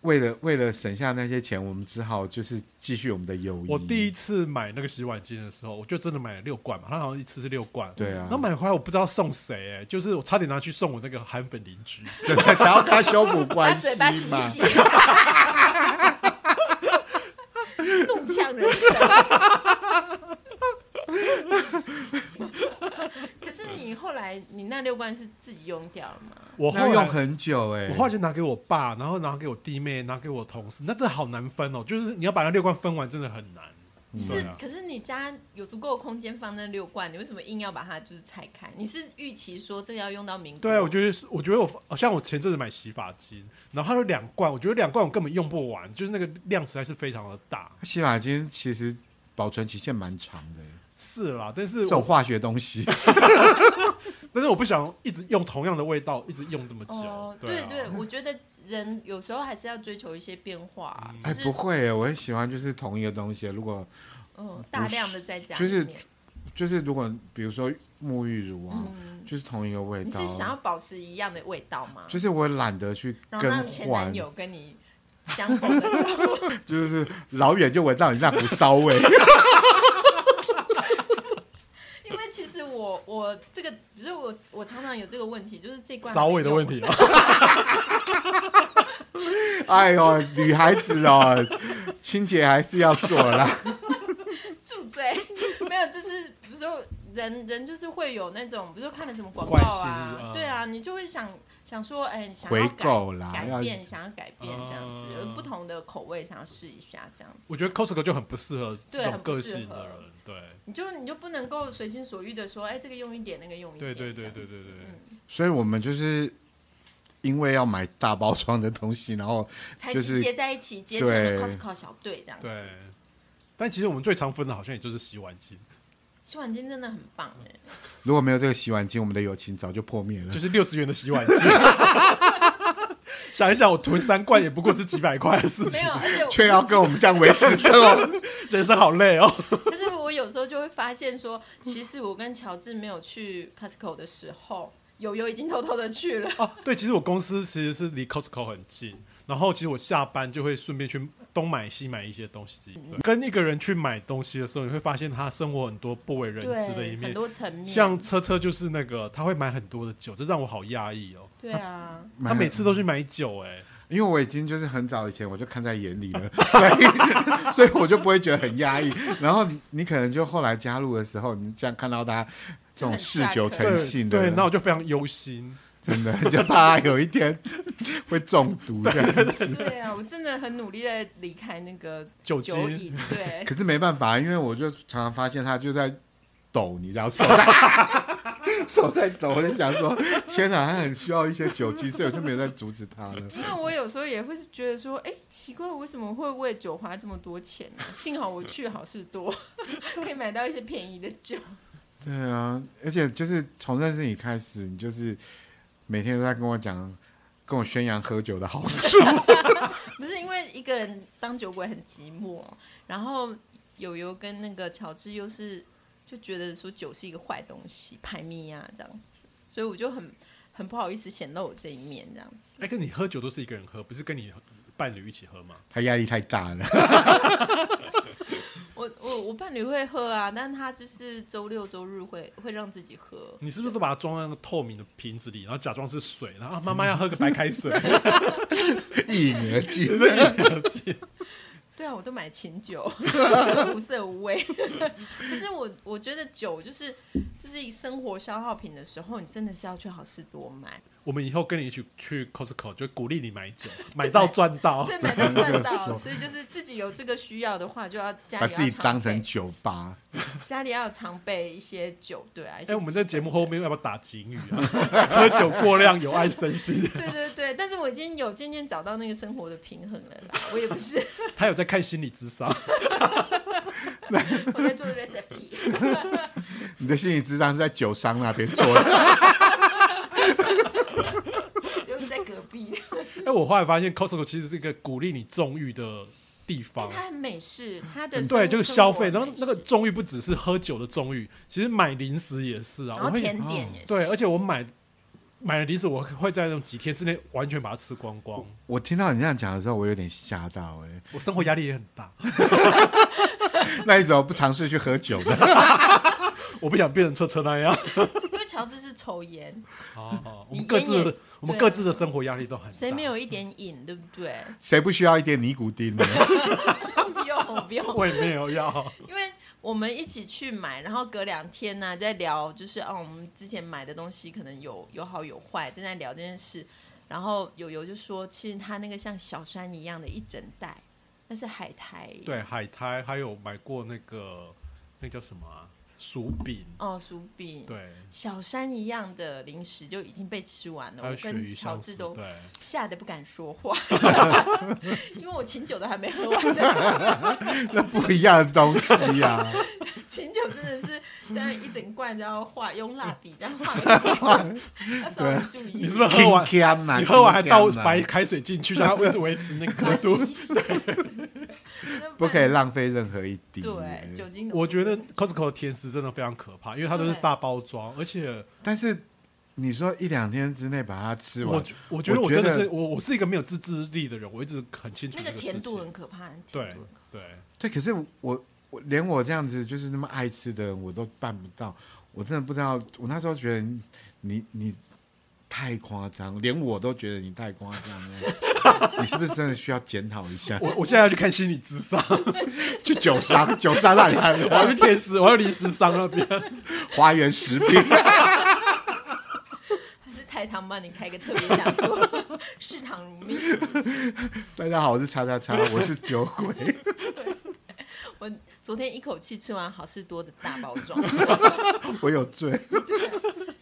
Speaker 3: 为了为了省下那些钱，我们只好就是继续我们的友谊。
Speaker 2: 我第一次买那个洗碗巾的时候，我就真的买了六罐嘛，它好像一次是六罐。
Speaker 3: 对啊
Speaker 2: 然后买回来我不知道送谁、哎，就是我差点拿去送我那个韩粉邻居，
Speaker 3: 真的想要跟他修补
Speaker 1: 把
Speaker 3: 关系
Speaker 1: 嘴巴洗
Speaker 3: 嘛
Speaker 1: 一？洗，怒呛人生。可是你后来，你那六罐是自己用掉了吗？
Speaker 2: 我
Speaker 3: 那
Speaker 2: 后
Speaker 3: 用
Speaker 2: 来
Speaker 3: 很久哎、
Speaker 2: 我后来就拿给我爸，然后拿给我弟妹，拿给我同事，那这好难分哦，就是你要把那六罐分完，真的很难。
Speaker 1: 你
Speaker 2: 对
Speaker 1: 是
Speaker 2: 啊，
Speaker 1: 可是你家有足够的空间放那六罐，你为什么硬要把它就是拆开？你是预期说这个要用到明？
Speaker 2: 对啊，我觉得我觉得我像我前阵子买洗发精，然后它有两罐，我觉得两罐我根本用不完，就是那个量实在是非常的大。
Speaker 3: 洗发精其实保存期限蛮长的、
Speaker 2: 是啦，但是
Speaker 3: 这种
Speaker 2: 我
Speaker 3: 化学东西，
Speaker 2: 但是我不想一直用同样的味道，一直用这么久。
Speaker 1: 哦，
Speaker 2: 对啊
Speaker 1: 对，我觉得人有时候还是要追求一些变化，
Speaker 2: 嗯
Speaker 3: 哎，
Speaker 1: 就
Speaker 3: 不
Speaker 1: 是
Speaker 3: 会耶、我很喜欢就是同一个东西。如果
Speaker 1: 嗯大量的在家
Speaker 3: 就
Speaker 1: 里
Speaker 3: 是
Speaker 1: 面，
Speaker 3: 就是如果比如说沐浴乳啊，
Speaker 1: 嗯，
Speaker 3: 就是同一个味
Speaker 1: 你
Speaker 3: 道啊
Speaker 1: 是，想要保持一样的味道吗？
Speaker 3: 就是我懒得去
Speaker 1: 然后
Speaker 3: 更
Speaker 1: 让前
Speaker 3: 换
Speaker 1: 男，友跟你相逢的时候，
Speaker 3: 就是老远就闻到你那股骚味。
Speaker 1: 因为其实我我这个，比如说我我常常有这个问题，就是这罐
Speaker 2: 稍微的问
Speaker 1: 没
Speaker 2: 题
Speaker 1: 用，
Speaker 2: 啊，
Speaker 3: 哎呦，女孩子哦，清洁还是要做啦。
Speaker 1: 住嘴， 没有，就是比如说人人就是会有那种，比如说看了什么广告
Speaker 2: 惯性
Speaker 1: 啊，
Speaker 2: 欲啊
Speaker 1: 对啊，你就会想想说，哎、想
Speaker 3: 回
Speaker 1: 要改
Speaker 3: 购啦，
Speaker 1: 改
Speaker 3: 要
Speaker 1: 变，想要改变这样子，呃
Speaker 2: 嗯
Speaker 1: 不同的口味想要试一下这样子。
Speaker 2: 我觉得 Costco 就很不适合这
Speaker 1: 对
Speaker 2: 种
Speaker 1: 很不
Speaker 2: 个
Speaker 1: 适
Speaker 2: 性
Speaker 1: 合
Speaker 2: 的人。对，
Speaker 1: 你就你就不能够随心所欲的说，哎、这个用一点，那个用一点，
Speaker 2: 对对
Speaker 1: 这样
Speaker 2: 对
Speaker 1: 子
Speaker 2: 对对对
Speaker 1: 嗯，
Speaker 3: 所以我们就是因为要买大包装的东西，然后
Speaker 1: 才
Speaker 3: 就是
Speaker 1: 集结在一起，结成了
Speaker 3: 对
Speaker 1: Costco 小队这样
Speaker 2: 对
Speaker 1: 子。。
Speaker 2: 但其实我们最常分的好像也就是洗碗巾，
Speaker 1: 洗碗巾真的很棒哎、
Speaker 3: 如果没有这个洗碗机，我们的友情早就破灭了
Speaker 2: 就。是六十元的洗碗巾。想一想，我囤三罐也不过是几百块的事
Speaker 1: 没
Speaker 2: 情
Speaker 1: 有，，而且我
Speaker 3: 却要跟我们这样维持这种，
Speaker 2: 人生好累哦。
Speaker 1: 可是我有时候就会发现说，其实我跟乔治没有去 Costco 的时候，友友已经偷偷的去了。
Speaker 2: 哦，对，其实我公司其实是离 Costco 很近，然后其实我下班就会顺便去东买西买一些东西。
Speaker 1: 嗯
Speaker 2: 对跟一个人去买东西的时候，你会发现他生活很多不为人知的
Speaker 1: 对，
Speaker 2: 一
Speaker 1: 很
Speaker 2: 面。
Speaker 1: 多层面，
Speaker 2: 像车车就是那个，他会买很多的酒，这让我好压抑哦。
Speaker 1: 对 啊，
Speaker 2: 他每次都去买酒、哎，
Speaker 3: 因为我已经就是很早以前我就看在眼里了， 所以 所以我就不会觉得很压抑。然后你可能就后来加入的时候，你这样看到他这种
Speaker 1: 很
Speaker 3: 嗜
Speaker 1: 下
Speaker 3: 酒
Speaker 1: 课
Speaker 3: 成性的，
Speaker 2: 对，那我就非常忧心。
Speaker 3: 真的就怕他有一天会中毒 这样。
Speaker 1: 对啊，我真的很努力的离开那个
Speaker 2: 酒精
Speaker 1: 酒瘾， 对，
Speaker 3: 可是没办法，因为我就常常发现他就在抖，你知道手在 手在抖，我就想说，天哪，他很需要一些酒精，所以我就没有再阻止他了。
Speaker 1: 因为我有时候也会是觉得说，哎、奇怪，我为什么会为酒花这么多钱呢、幸好我去好事多， 可以买到一些便宜的酒。
Speaker 3: 对啊，而且就是从认识你开始，你就是每天都在跟我讲，跟我宣扬喝酒的好处。
Speaker 1: 不是因为一个人当酒鬼很寂寞，然后友友跟那个乔治又是就觉得说酒是一个坏东西，排密啊这样子，所以我就很很不好意思显露我这一面这样子。
Speaker 2: 哎、跟你喝酒都是一个人喝，不是跟你伴侣一起喝吗？
Speaker 3: 他压力太大了，
Speaker 1: 我我我伴侣会喝啊，但他就是周六周日会会让自己喝，
Speaker 2: 你是不是都把它装在那个透明的瓶子里，然后假装是水， 然后啊妈妈要喝个白开水？
Speaker 3: 一饮而尽。
Speaker 1: 对啊，我都买琴酒， 无色无味。 可是我我觉得酒就是就是生活消耗品的时候，你真的是要去好事多买，
Speaker 2: 我们以后跟你一起去 Costco，就鼓励你买 酒，买到赚
Speaker 3: 哦
Speaker 2: 到。
Speaker 1: 对，买到赚到。所以就是自己有这个需要的话，就要家
Speaker 3: 把
Speaker 1: 里要
Speaker 3: 自己
Speaker 1: 常
Speaker 3: 当
Speaker 1: 备
Speaker 3: 成酒吧，
Speaker 1: 家里要有常备一些酒，对啊。哎
Speaker 2: 哎、我们在节目后。面要不要打警语啊？ 喝酒过量有害身心。
Speaker 1: 对对对，但是我已经有渐渐找到那个生活的平衡了啦。我也不是
Speaker 2: 他有在看心理智商，
Speaker 1: 我在做 recipe，
Speaker 3: 你的心理智商是在酒商那边做 的。
Speaker 1: 就是在隔壁。
Speaker 2: 哎、我后来发现 Costco 其实是一个鼓励你纵欲的地方。
Speaker 1: 它很美式，哎它的
Speaker 2: 嗯对，
Speaker 1: 生
Speaker 2: 就是
Speaker 1: 生
Speaker 2: 消
Speaker 1: 活
Speaker 2: 费，
Speaker 1: 很
Speaker 2: 然后
Speaker 1: 美
Speaker 2: 那个
Speaker 1: 式
Speaker 2: 纵欲不只是喝酒的纵欲，其实买零食也是啊。
Speaker 1: 然
Speaker 2: 我
Speaker 1: 后
Speaker 2: 会
Speaker 1: 甜点也是。
Speaker 2: 对，而且我买买了零食，我会在那种几天之内完全把它吃光光。
Speaker 3: 我听到你这样讲的时候，我有点吓到哎、
Speaker 2: 我生活压力也很大，
Speaker 3: 那你怎么不尝试去喝酒呢？
Speaker 2: 我不想变成车车那样。
Speaker 1: 因为乔治是抽烟，
Speaker 2: 好好，我
Speaker 1: 你
Speaker 2: 们各
Speaker 1: 烟
Speaker 2: 自
Speaker 1: 也
Speaker 2: 的我
Speaker 1: 对
Speaker 2: 们
Speaker 1: 啊
Speaker 2: 各自的生活压力都很大。
Speaker 1: 谁没？有一点瘾，对不对？
Speaker 2: 啊
Speaker 3: 谁不需要一点尼古丁呢？
Speaker 1: 不用不用，
Speaker 2: 我也没有 要。
Speaker 1: 因为我们一起去买，然后隔两天呢、在聊，就是哦、啊，我们之前买的东西可能有有好有坏，正在聊这件事。然后友友就说，其实他那个像小山一样的一整袋，那是海苔耶。
Speaker 2: 对，海苔还有买过那个那叫什么啊？薯饼。
Speaker 1: 哦，薯饼。
Speaker 2: 对，
Speaker 1: 小山一样的零食就已经被吃完了，
Speaker 2: 还有
Speaker 1: 我
Speaker 2: 鳕
Speaker 1: 跟
Speaker 2: 鱼
Speaker 1: 乔
Speaker 2: 香
Speaker 1: 治
Speaker 2: 丝。
Speaker 1: 都
Speaker 2: 对，
Speaker 1: 吓得不敢说 话，因为我琴酒都还没喝完，
Speaker 3: 那不一样的东西呀、啊。
Speaker 1: 琴酒真的是在那一整罐都要画，用蜡笔这样画 一次，要稍微注意。
Speaker 2: 你是不是喝完
Speaker 3: King Cam 啊
Speaker 2: 你喝完还倒
Speaker 3: King Cam 啊
Speaker 2: 白开水进去，让它维持维持那个
Speaker 1: 要
Speaker 2: 刻
Speaker 1: 洗
Speaker 2: 度。
Speaker 1: 一洗？
Speaker 3: 不可以
Speaker 1: 以。
Speaker 3: 浪费任何一滴。欸
Speaker 1: 对，酒精的。
Speaker 2: 我觉得 Costco 的甜食真的非常可怕，因为它都是
Speaker 1: 对
Speaker 2: 大包装，而且
Speaker 3: 但是你说一两天之内把它吃
Speaker 2: 我
Speaker 3: 完，
Speaker 2: 觉我觉得
Speaker 3: 我
Speaker 2: 我
Speaker 3: 觉
Speaker 2: 真的
Speaker 3: 得
Speaker 2: 是我我是一个没有自制力的人，我一直很清楚
Speaker 1: 那个
Speaker 2: 这
Speaker 1: 甜
Speaker 2: 事
Speaker 1: 度
Speaker 2: 情。
Speaker 1: 很可怕，甜
Speaker 2: 对
Speaker 1: 度很可
Speaker 2: 对，
Speaker 3: 对，可是我我连我这样子就是那么爱吃的人，我都办不到。我真的不知道，我那时候觉得你你你太夸张，连我都觉得你太夸张 了。你是不是真的需要检讨一下？
Speaker 2: 我我现在要去看心理智商，
Speaker 3: 去酒商，酒商那里还
Speaker 2: 我要
Speaker 3: 有
Speaker 2: 去甜食，我要去零食商那边。
Speaker 3: 花园食品，
Speaker 1: 怕。还是台糖帮你开个特别讲座， 嗜糖如命。
Speaker 3: 大家好，我是叉叉叉，我是酒鬼。
Speaker 1: 我昨天一口气吃完好事多的大包装，
Speaker 3: 我有罪。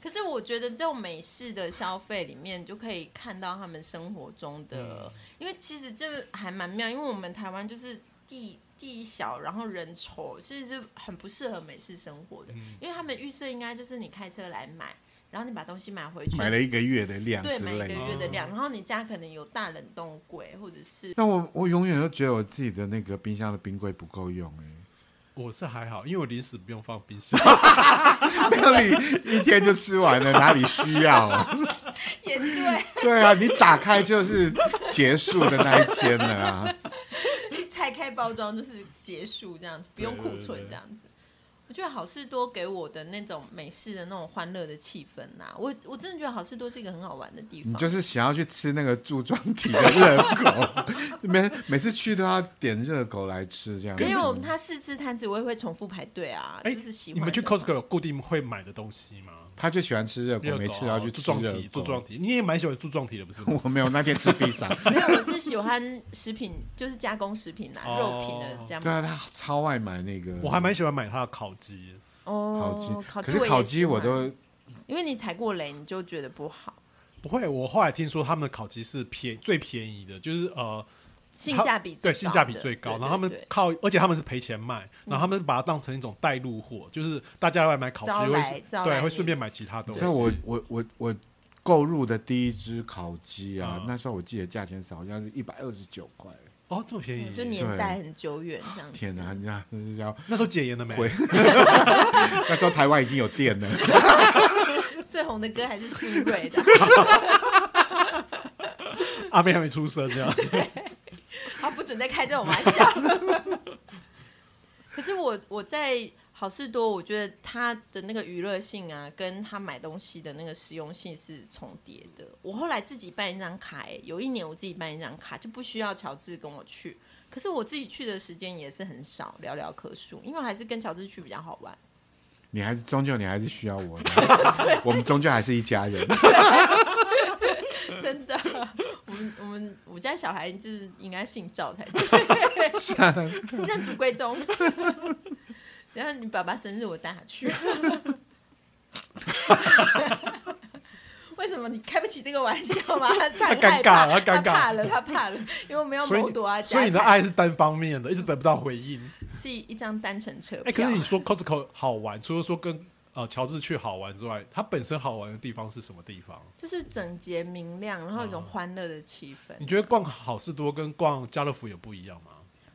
Speaker 1: 可是我觉得这种美式的消费里面，就可以看到他们生活中
Speaker 3: 嗯
Speaker 1: 的，因为其实这还蛮妙，因为我们台湾就是地地小，然后人丑，其实是很不适合美式生活的，
Speaker 3: 嗯
Speaker 1: 因为他们预设应该就是你开车来买，然后你把东西买回去，
Speaker 3: 买了一个月的量
Speaker 1: 对，
Speaker 3: 之
Speaker 1: 买一个
Speaker 3: 类的。
Speaker 1: 月的量，然后你家可能有大冷冻柜，或者是
Speaker 3: 但我我永远都觉得我自己的那个冰箱的冰柜不够用哎、
Speaker 2: 我是还好，因为我零食不用放冰箱。
Speaker 1: 啊
Speaker 3: 那你一天就吃完了，哪里需要、啊
Speaker 1: 也对，
Speaker 3: 对啊，你打开就是结束的那一天了啊！
Speaker 1: 一拆开包装就是结束这样子，不用库存这样子。我觉得好事多给我的那种美式的那种欢乐的气氛呐、我我真的觉得好事多是一个很好玩的地
Speaker 3: 你
Speaker 1: 方。
Speaker 3: 就是想要去吃那个柱状体的热狗， 每每次去都要点热狗来吃，这样
Speaker 1: 没有，他试吃摊子我也会重复排队啊，
Speaker 2: 哎
Speaker 1: 就是喜欢
Speaker 2: 你
Speaker 1: 的
Speaker 2: 们去
Speaker 1: 嘛
Speaker 2: Costco 有固定会买的东西吗？
Speaker 3: 他就喜欢吃热
Speaker 2: 热狗
Speaker 3: 狗，
Speaker 2: 啊
Speaker 3: 每次都要去
Speaker 2: 柱
Speaker 3: 吃
Speaker 2: 状
Speaker 3: 热
Speaker 2: 体，柱状
Speaker 3: 狗。啊
Speaker 2: 体，你也蛮喜欢柱状体的，不是吗？
Speaker 3: 我没有那天吃披萨，
Speaker 1: 没有，我是喜欢食品，就是加工食品啊，
Speaker 2: 哦
Speaker 1: 肉品的这样。
Speaker 3: 对啊，他超爱买那个，
Speaker 2: 我还蛮喜欢买它的烤鸡，
Speaker 1: 哦，
Speaker 3: 烤鸡，
Speaker 1: 烤
Speaker 3: 可
Speaker 1: 我
Speaker 3: 是
Speaker 1: 也
Speaker 3: 烤鸡
Speaker 1: 喜
Speaker 3: 我
Speaker 1: 欢
Speaker 3: 都
Speaker 1: 因为你踩过雷，你就觉得不好，
Speaker 2: 不会。我后来听说他们的烤鸡是便最便宜的，就是呃，
Speaker 1: 性价比最
Speaker 2: 对
Speaker 1: 高
Speaker 2: 性价比
Speaker 1: 的
Speaker 2: 最高。
Speaker 1: 对
Speaker 2: 然后
Speaker 1: 对
Speaker 2: 他
Speaker 1: 对嗯
Speaker 2: 们靠，而且他们是赔钱卖，然后他们把它当成一种带路货，就是大家来买烤
Speaker 1: 招
Speaker 2: 鸡
Speaker 1: 来
Speaker 2: 会
Speaker 1: 招
Speaker 2: 对
Speaker 1: 来
Speaker 2: 会
Speaker 1: 你
Speaker 2: 顺便买其他东西。
Speaker 3: 所以我我我我购入的第一只烤鸡啊，
Speaker 2: 嗯
Speaker 3: 那时候我记得价钱是好像是一百二十九块。
Speaker 2: 哦这么便宜，
Speaker 1: 就年代很久远这样子。
Speaker 3: 天哪，你看这是要
Speaker 2: 那时候解严了没？
Speaker 3: 回那时候台湾已经有电了，
Speaker 1: 最红的歌还是新锐的，
Speaker 2: 阿妹还没出生这样。
Speaker 1: 他不准再开这种玩笑。 可是我我在好事多，我觉得它的那个娱乐性啊，跟他买东西的那个实用性是重叠的。我后来自己办一张卡、欸，有一年我自己办一张卡，就不需要乔治跟我去。可是我自己去的时间也是很少，寥寥可数，因为还是跟乔治去比较好玩。
Speaker 3: 你还是终究你还是需要我的，我们终究还是一 家人。
Speaker 1: 真的， 我们我们我家小孩就是应该姓赵才对，
Speaker 2: 啊
Speaker 1: 认祖归宗。 然后你爸爸生日我带他去。 为什么你开不起这个玩笑吗？他太
Speaker 2: 他尴
Speaker 1: 害怕
Speaker 2: 尬了他尴尬
Speaker 1: 他怕了，他怕了，因为我们要
Speaker 2: 所以
Speaker 1: 谋
Speaker 2: 你
Speaker 1: 夺啊，
Speaker 2: 所以你的爱是单方面的，一直得不到回应。
Speaker 1: 是一张单程车
Speaker 2: 哎、可
Speaker 1: 票。
Speaker 2: 是你说 Costco 好玩，除了说跟呃乔治去好玩之外，它本身好玩的地方是什么地方？
Speaker 1: 就是整洁明亮，然后有一种欢乐的气氛，
Speaker 2: 哦你觉得逛好事多跟逛家乐福有不一样吗？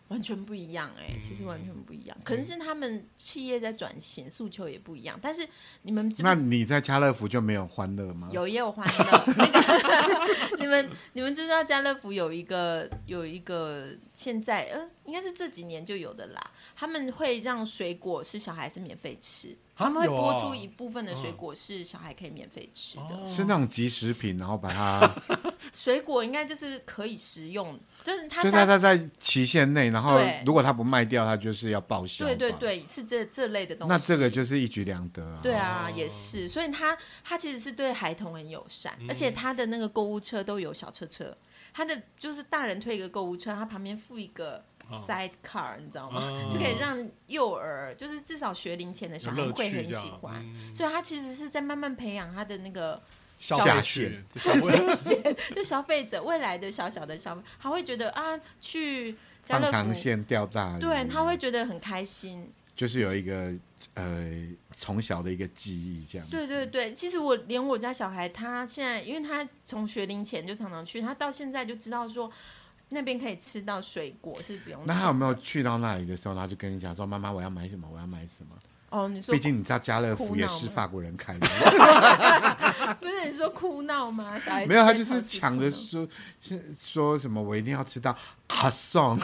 Speaker 1: 完全不一样哎、其实
Speaker 3: 嗯
Speaker 1: 完全不一样。可能是他们企业在转型，诉求也不一样。但是你们知不
Speaker 3: 那
Speaker 1: 知
Speaker 3: 你在家乐福就没有欢乐吗？
Speaker 1: 有也有欢乐。 那个 你们你们知道家乐福有一个有一个现在呃应该是这几年就有的啦，他们会让水果是小孩是免费吃，
Speaker 2: 啊
Speaker 1: 他们会
Speaker 2: 有啊
Speaker 1: 拨出一部分的水果是小孩可以免费吃的。
Speaker 2: 哦
Speaker 3: 是那种即食品，然后把它，
Speaker 1: 水果应该就是可以食用，就是 他
Speaker 3: 就是它它在期限内，然后
Speaker 1: 对
Speaker 3: 如果它不卖掉，它就是要报销。
Speaker 1: 对对。对是这这类的东西。
Speaker 3: 那这个就是一举两得啊！
Speaker 1: 对啊，
Speaker 2: 哦
Speaker 1: 也是，所以它它其实是对孩童很友善，
Speaker 2: 嗯
Speaker 1: 而且它的那个购物车都有小车车，它的就是大人推一个购物车，它旁边附一个
Speaker 2: 哦
Speaker 1: side car，、你知道吗？
Speaker 2: 哦
Speaker 1: 就可以让幼儿就是至少学龄前的小
Speaker 2: 有
Speaker 1: 孩
Speaker 2: 乐
Speaker 1: 会
Speaker 2: 趣
Speaker 1: 很
Speaker 2: 这
Speaker 1: 喜
Speaker 2: 样，嗯
Speaker 1: 欢，所以它其实是在慢慢培养他的那个
Speaker 2: 消
Speaker 3: 下
Speaker 2: 费
Speaker 3: 线
Speaker 2: 去，就消 费
Speaker 1: 就消费者未来的小小的消费，他会觉得啊去家
Speaker 3: 放
Speaker 1: 乐
Speaker 3: 长
Speaker 1: 福，
Speaker 3: 线钓大鱼。
Speaker 1: 对，他会觉得很开心。
Speaker 3: 就是有一个呃从小的一个记忆这样。
Speaker 1: 对对对，其实我连我家小孩，他现在因为他从学龄前就常常去，他到现在就知道说那边可以吃到水果是不用钱。
Speaker 3: 那他有没有去到那里的时候，他就跟你讲说：“妈妈，我要买什么？我要买什么
Speaker 1: 哦，你？”说
Speaker 3: 毕竟你知道家乐
Speaker 1: 哭
Speaker 3: 福
Speaker 1: 闹
Speaker 3: 也
Speaker 1: 吗
Speaker 3: 是法国人开的，
Speaker 1: 不是你说哭闹吗？小孩子
Speaker 3: 没有，他
Speaker 1: 在
Speaker 3: 就
Speaker 1: 超
Speaker 3: 是
Speaker 1: 市
Speaker 3: 抢
Speaker 1: 哭
Speaker 3: 着
Speaker 1: 闹
Speaker 3: 说是说什么我一定要吃到 卡颂，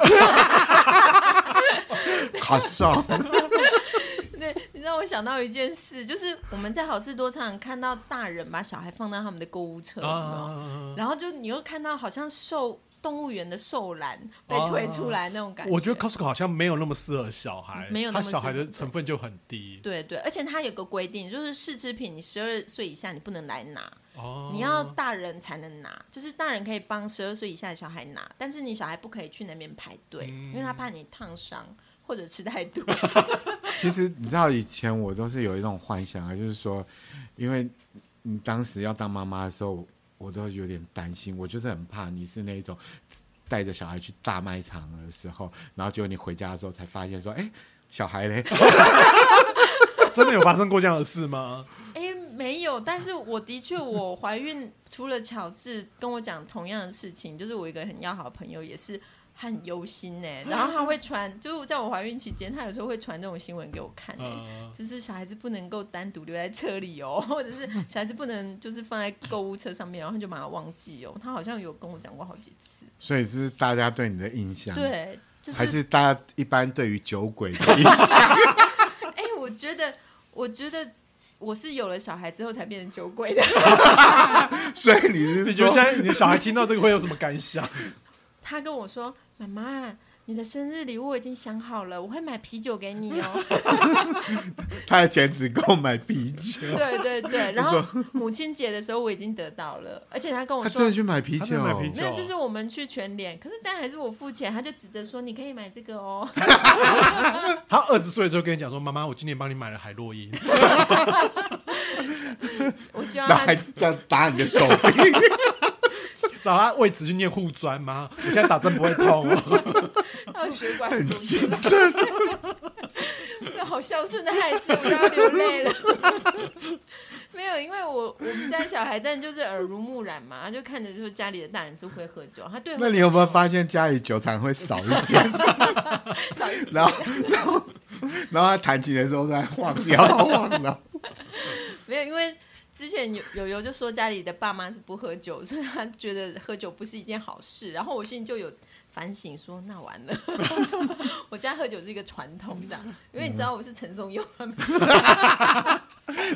Speaker 3: 卡颂，
Speaker 1: 对，你让我想到一件事，就是我们在好事多常常看到大人把小孩放到他们的购物车，有没有
Speaker 2: 啊。
Speaker 1: 然后就你又看到好像兽动物园的兽栏被推出来那种感
Speaker 2: 啊我觉得 Costco 好像没有那么适合小孩，
Speaker 1: 没有那
Speaker 2: 他
Speaker 1: 么
Speaker 2: 小孩
Speaker 1: 适
Speaker 2: 的
Speaker 1: 合
Speaker 2: 成分就很低
Speaker 1: 对对，而且它有个规定，就是试吃品，你十二岁以下你不能来拿，
Speaker 2: 哦。
Speaker 1: 你要大人才能拿，就是大人可以帮十二岁以下的小孩拿，但是你小孩不可以去那边排队，
Speaker 2: 嗯
Speaker 1: 因为他怕你烫伤或者吃太 多。
Speaker 3: 其实你知道，以前我都是有一种幻想啊，就是说，因为你当时要当妈妈的时候，我都有点担心，我就是很怕你是那一种带着小孩去大卖场的时候，然后结果你回家的时候才发现说，哎、小孩嘞，
Speaker 2: 真的有发生过这样的 事吗？
Speaker 1: 哎，没有，但是我的确，我怀孕除了乔治跟我讲同样的事情，就是我一个很要好的朋友也是。他很忧心呢、欸 然后他会传，就是在我怀孕期间，他有时候会传这种新闻给我看、欸，
Speaker 2: 嗯，
Speaker 1: 就是小孩子不能够单独留在车里哦， 或者是小孩子不能就是放在购物车上面，然后就把它忘记哦。他好像有跟我讲过好几次，
Speaker 3: 所以这是大家对你的印象，，
Speaker 1: 对，就
Speaker 3: 还
Speaker 1: 是
Speaker 3: 是大家一般对于酒鬼的印象，
Speaker 1: 哎、我觉得，我觉得我是有了小孩之后才变成酒鬼的。
Speaker 3: 所以你是
Speaker 2: 你觉得
Speaker 3: 说
Speaker 2: 现在你的小孩听到这个会有什么感想？
Speaker 1: 他跟我说：“妈妈，你的生日礼物我已经想好了，我会买啤酒给你哦。
Speaker 3: 他的钱只够买啤”酒？
Speaker 1: 对对 对，然后 母亲节的时候我已经得到了，而且他跟我
Speaker 3: 他真的
Speaker 1: 说。
Speaker 3: 去买啤
Speaker 2: 哦他
Speaker 3: 酒
Speaker 2: 真？的买啤酒
Speaker 1: 没有，就是我们去全脸，可是但还是我付钱，他就指着说你可以买这个哦。
Speaker 2: 他二十岁的时候跟你讲说：“妈妈，我今年帮你买了海洛因。
Speaker 1: 我希望
Speaker 3: 然后
Speaker 1: 他
Speaker 3: 还这样打你的手臂，”
Speaker 2: 然后他为此去念护专妈，我现在打针不会痛哦。
Speaker 1: 他有血管
Speaker 3: 很
Speaker 1: 堵
Speaker 3: 精准。
Speaker 1: 对，好孝顺的孩子，我都要流泪了。 没有，因为我我们家小孩，但就是耳濡目染嘛，就看着就是家里的大人是会喝酒，他对喝
Speaker 3: 那你有没有发现家里酒常会少一点？
Speaker 1: 少一
Speaker 3: 然后，然后，然后他弹琴的时候在晃摇晃摇，
Speaker 1: 没有，因为之前有友友就说家里的爸妈是不喝酒，所以他觉得喝酒不是一件好事。然后我心里就有反省说，那完了， 我家喝酒是一个传统的，因为你知道我是陈松勇，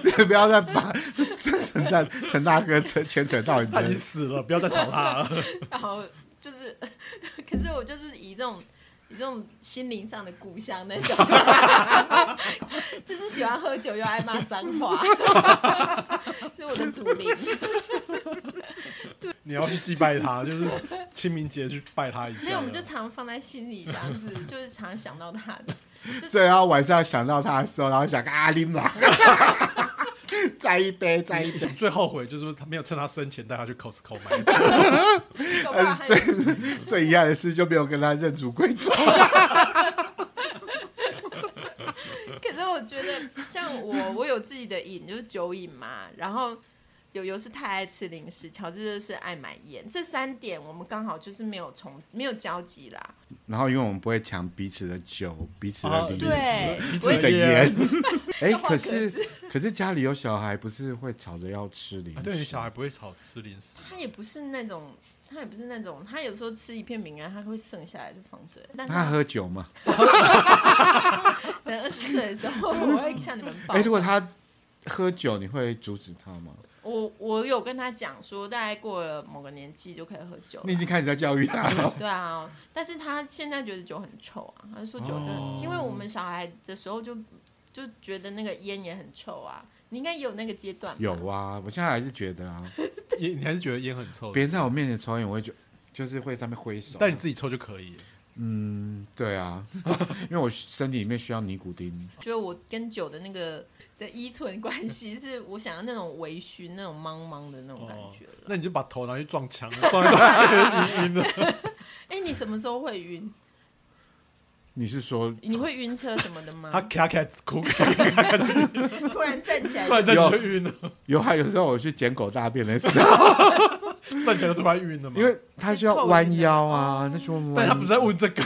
Speaker 3: 你不要再把这陈大陈大哥扯牵扯到你
Speaker 2: 他已经
Speaker 3: 的。
Speaker 2: 死了，不要再吵他了。
Speaker 1: 然后就是， 可是我就是以这种以这种心灵上的故乡那种， 就是喜欢喝酒又爱骂脏话， 是我的主灵。
Speaker 2: 你要去祭拜他，就是清明节去拜他一下。
Speaker 1: 没有，我们就常放在心里这样子，就是常想到他的。
Speaker 3: 所以他晚上想到他的时候，然后想啊你妈， 再一杯，再一 杯。
Speaker 2: 最后悔就是他没有趁他生前带他去 Costco 买酒。
Speaker 1: 搞不好
Speaker 3: 但
Speaker 1: 还
Speaker 3: 是哎最最遗憾的是，就没有跟他认祖归宗。
Speaker 1: 可是我觉得，像我，我有自己的瘾，就是酒瘾嘛。然后友友是太爱吃零食，乔治就是爱买烟，这三点我们刚好就是没有重没有交集啦。
Speaker 3: 然后，因为我们不会抢彼此的酒，彼此
Speaker 2: 哦
Speaker 3: 的零食，
Speaker 1: 对
Speaker 2: 彼此
Speaker 3: 彼此的
Speaker 2: 的
Speaker 3: 烟
Speaker 2: 烟。。
Speaker 3: 哎，
Speaker 1: 要画
Speaker 3: 可
Speaker 1: 格
Speaker 3: 是
Speaker 1: 子
Speaker 3: 可是家里有小孩，不是会吵着要吃零
Speaker 2: 啊
Speaker 3: 食？
Speaker 2: 对，你小孩不会吵吃零食。
Speaker 1: 他也不是那种，他也不是那种，他有时候吃一片饼干，他会剩下来就放着。但
Speaker 3: 那他
Speaker 1: 他
Speaker 3: 喝酒吗？
Speaker 1: 等二十岁的时候，我会向你们报
Speaker 3: 哎、。如果他喝酒，你会阻止他吗？
Speaker 2: 哦
Speaker 1: 我我有跟他讲说，大概过了某个年纪就可以喝酒了。
Speaker 3: 你已经开始在教育他 了。
Speaker 1: 对啊，但是他现在觉得酒很臭啊，他就说酒是很，
Speaker 2: 哦
Speaker 1: 因为我们小孩的时候就就觉得那个烟也很臭啊，你应该也有那个阶段吧？
Speaker 3: 有啊，我现在还是觉得啊，
Speaker 2: 哦烟，你还是觉得烟很臭
Speaker 3: 别。人在我面前抽烟，我会觉就是会在那边挥手。
Speaker 2: 但你自己抽就可以。
Speaker 3: 嗯，对啊， 因为我身体里面需要尼古丁。
Speaker 1: 觉得我跟酒的那个的依存关系，是我想要那种微醺、那种茫茫的那种
Speaker 2: 哦
Speaker 1: 感觉了。
Speaker 2: 那你就把头拿去撞墙，撞一撞晕晕的。
Speaker 1: 哎、你什么时候会晕？
Speaker 3: 你是说
Speaker 1: 你会晕车什么的 吗
Speaker 2: 他？咔咔哭，
Speaker 1: 突然站起来
Speaker 2: 突然
Speaker 1: 就，
Speaker 2: 站起来就晕了，
Speaker 3: 有还有时候我去捡狗大便的 时候，
Speaker 2: 站起来就突然晕了嘛。
Speaker 3: 因为他需要弯腰啊，他需要弯腰。
Speaker 2: 但他不是在问这个，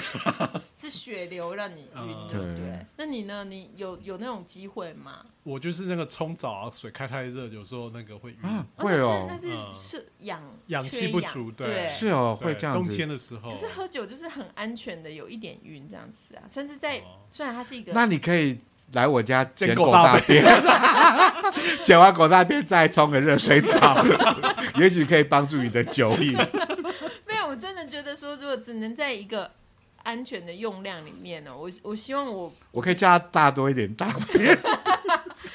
Speaker 1: 是血流让你晕，
Speaker 2: 嗯
Speaker 1: 对不对
Speaker 3: 对？
Speaker 1: 那你呢？你有有那种机会吗？
Speaker 2: 我就是那个冲澡啊，水开太热，有时候那个会晕，
Speaker 3: 啊，
Speaker 1: 哦
Speaker 3: 会哦，
Speaker 1: 那是那
Speaker 2: 嗯
Speaker 1: 是是氧
Speaker 2: 氧
Speaker 1: 缺
Speaker 2: 气不
Speaker 1: 氧
Speaker 2: 足对
Speaker 1: 对，
Speaker 3: 是哦，
Speaker 2: 对
Speaker 3: 会这样
Speaker 2: 冬天
Speaker 3: 子。
Speaker 2: 的时候
Speaker 1: 可，是喝酒就是很安全的，有一点晕这样子啊，算是在、
Speaker 2: 哦
Speaker 1: 虽然它是一个
Speaker 3: 那你可以来我家捡
Speaker 2: 捡狗
Speaker 3: 狗
Speaker 2: 大
Speaker 3: 大便， 捡完狗大便再冲个热水澡， 也许可以帮助你的酒瘾。
Speaker 1: 没有，我真的觉得说，如果只能在一个安全的用量里面呢、我我希望我
Speaker 3: 我可以叫他大多一点大便，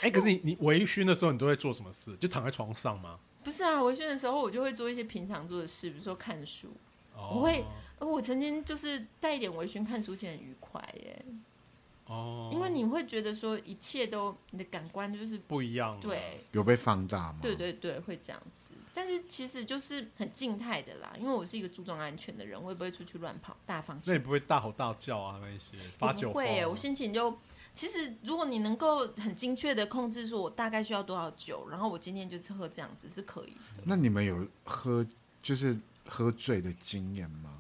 Speaker 2: 哎，可是你你微醺的时候，你都会做什么事？就躺在床上吗？
Speaker 1: 不是啊，微醺的时候我就会做一些平常做的事，比如说看书。
Speaker 2: 哦
Speaker 1: 我会呃我曾经就是带一点微醺看书，其实很愉快耶，
Speaker 2: 哦，
Speaker 1: 因为你会觉得说一切都你的感官就是
Speaker 2: 不一样，啊
Speaker 1: 对，
Speaker 3: 有被放大
Speaker 2: 嗯
Speaker 3: 吗？
Speaker 1: 对对对，会这样子。但是其实就是很静态的啦，因为我是一个注重安全的人，我也不会出去乱跑，大放
Speaker 2: 那
Speaker 1: 心
Speaker 2: 你。不会大吼大叫啊那一些发
Speaker 1: 我
Speaker 2: 酒
Speaker 1: 不
Speaker 2: 疯
Speaker 1: 会耶，
Speaker 2: 啊？
Speaker 1: 我心情就其实如果你能够很精确的控制，说我大概需要多少酒，然后我今天就是喝这样子是可以的。
Speaker 3: 那你们有喝就是喝醉的经验吗？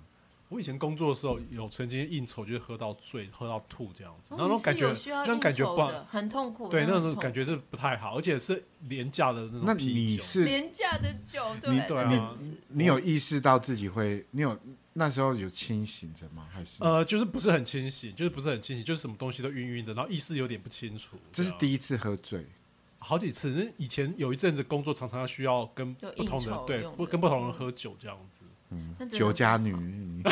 Speaker 2: 我以前工作的时候有曾经应酬，就是喝到醉，喝到吐这样子，
Speaker 1: 哦
Speaker 2: 然后那种感觉
Speaker 1: 你是有需，要
Speaker 2: 那种感觉
Speaker 1: 应
Speaker 2: 不
Speaker 1: 酬
Speaker 2: 好，
Speaker 1: 的很痛苦，
Speaker 2: 对，那种
Speaker 1: 很
Speaker 2: 感觉是不太好，而且是廉价的那
Speaker 3: 那
Speaker 2: 种啤
Speaker 3: 你
Speaker 2: 酒。
Speaker 1: 痛
Speaker 3: 是
Speaker 1: 廉价的酒，对
Speaker 3: 你
Speaker 1: 那
Speaker 2: 对啊
Speaker 1: 真的是
Speaker 3: 你有意识到自己会，你有那时候有清醒着吗？还是？
Speaker 2: 呃，就是不是很清醒，就是不是很清醒，就是什么东西都晕晕的，然后意识有点啊不清楚。
Speaker 3: 这是
Speaker 2: 样
Speaker 3: 第一次喝醉，
Speaker 2: 好几次，那以前有一阵子工作常常要需要跟
Speaker 1: 就
Speaker 2: 不同
Speaker 1: 应
Speaker 2: 的
Speaker 1: 酬
Speaker 2: 对
Speaker 1: 用的
Speaker 2: 不跟不同人喝酒这样子
Speaker 3: 嗯
Speaker 1: 那真，的
Speaker 3: 酒家女，你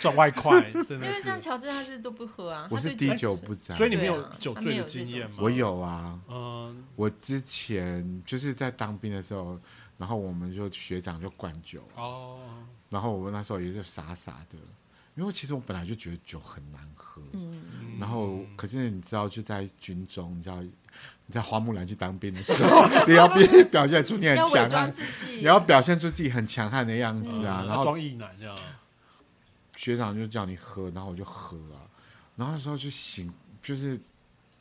Speaker 2: 赚外快，真
Speaker 1: 嗯因
Speaker 2: 的
Speaker 1: 为
Speaker 2: 是
Speaker 1: 像。乔治他是都不喝啊，
Speaker 3: 我
Speaker 1: 他
Speaker 3: 是
Speaker 1: 对
Speaker 3: 滴
Speaker 1: 酒
Speaker 3: 酒
Speaker 1: 是
Speaker 3: 不沾，
Speaker 2: 所以你们
Speaker 1: 对啊
Speaker 2: 有酒
Speaker 1: 他
Speaker 2: 醉
Speaker 1: 没
Speaker 2: 的
Speaker 1: 有这
Speaker 2: 经验
Speaker 1: 种
Speaker 2: 吗？
Speaker 3: 我有啊，
Speaker 2: 嗯，
Speaker 3: 我之前就是在当兵的时候，然后我们就学长就灌酒，
Speaker 2: 哦，
Speaker 3: 然后我那时候也是傻傻的，因为其实我本来就觉得酒很难喝，
Speaker 1: 嗯，
Speaker 2: 嗯
Speaker 3: 然后可是你知道就在军中，你知道你在花木兰去当兵的时 候，你要必须表现出你很
Speaker 1: 要伪
Speaker 3: 强
Speaker 1: 装
Speaker 3: 悍，
Speaker 1: 自己，
Speaker 3: 你要表现出自己很强悍的样
Speaker 2: 嗯
Speaker 3: 子啊，然
Speaker 2: 他
Speaker 3: 后
Speaker 2: 装一男这样，
Speaker 3: 学长就叫你喝，然后我就喝啊，然后那时候就醒，就是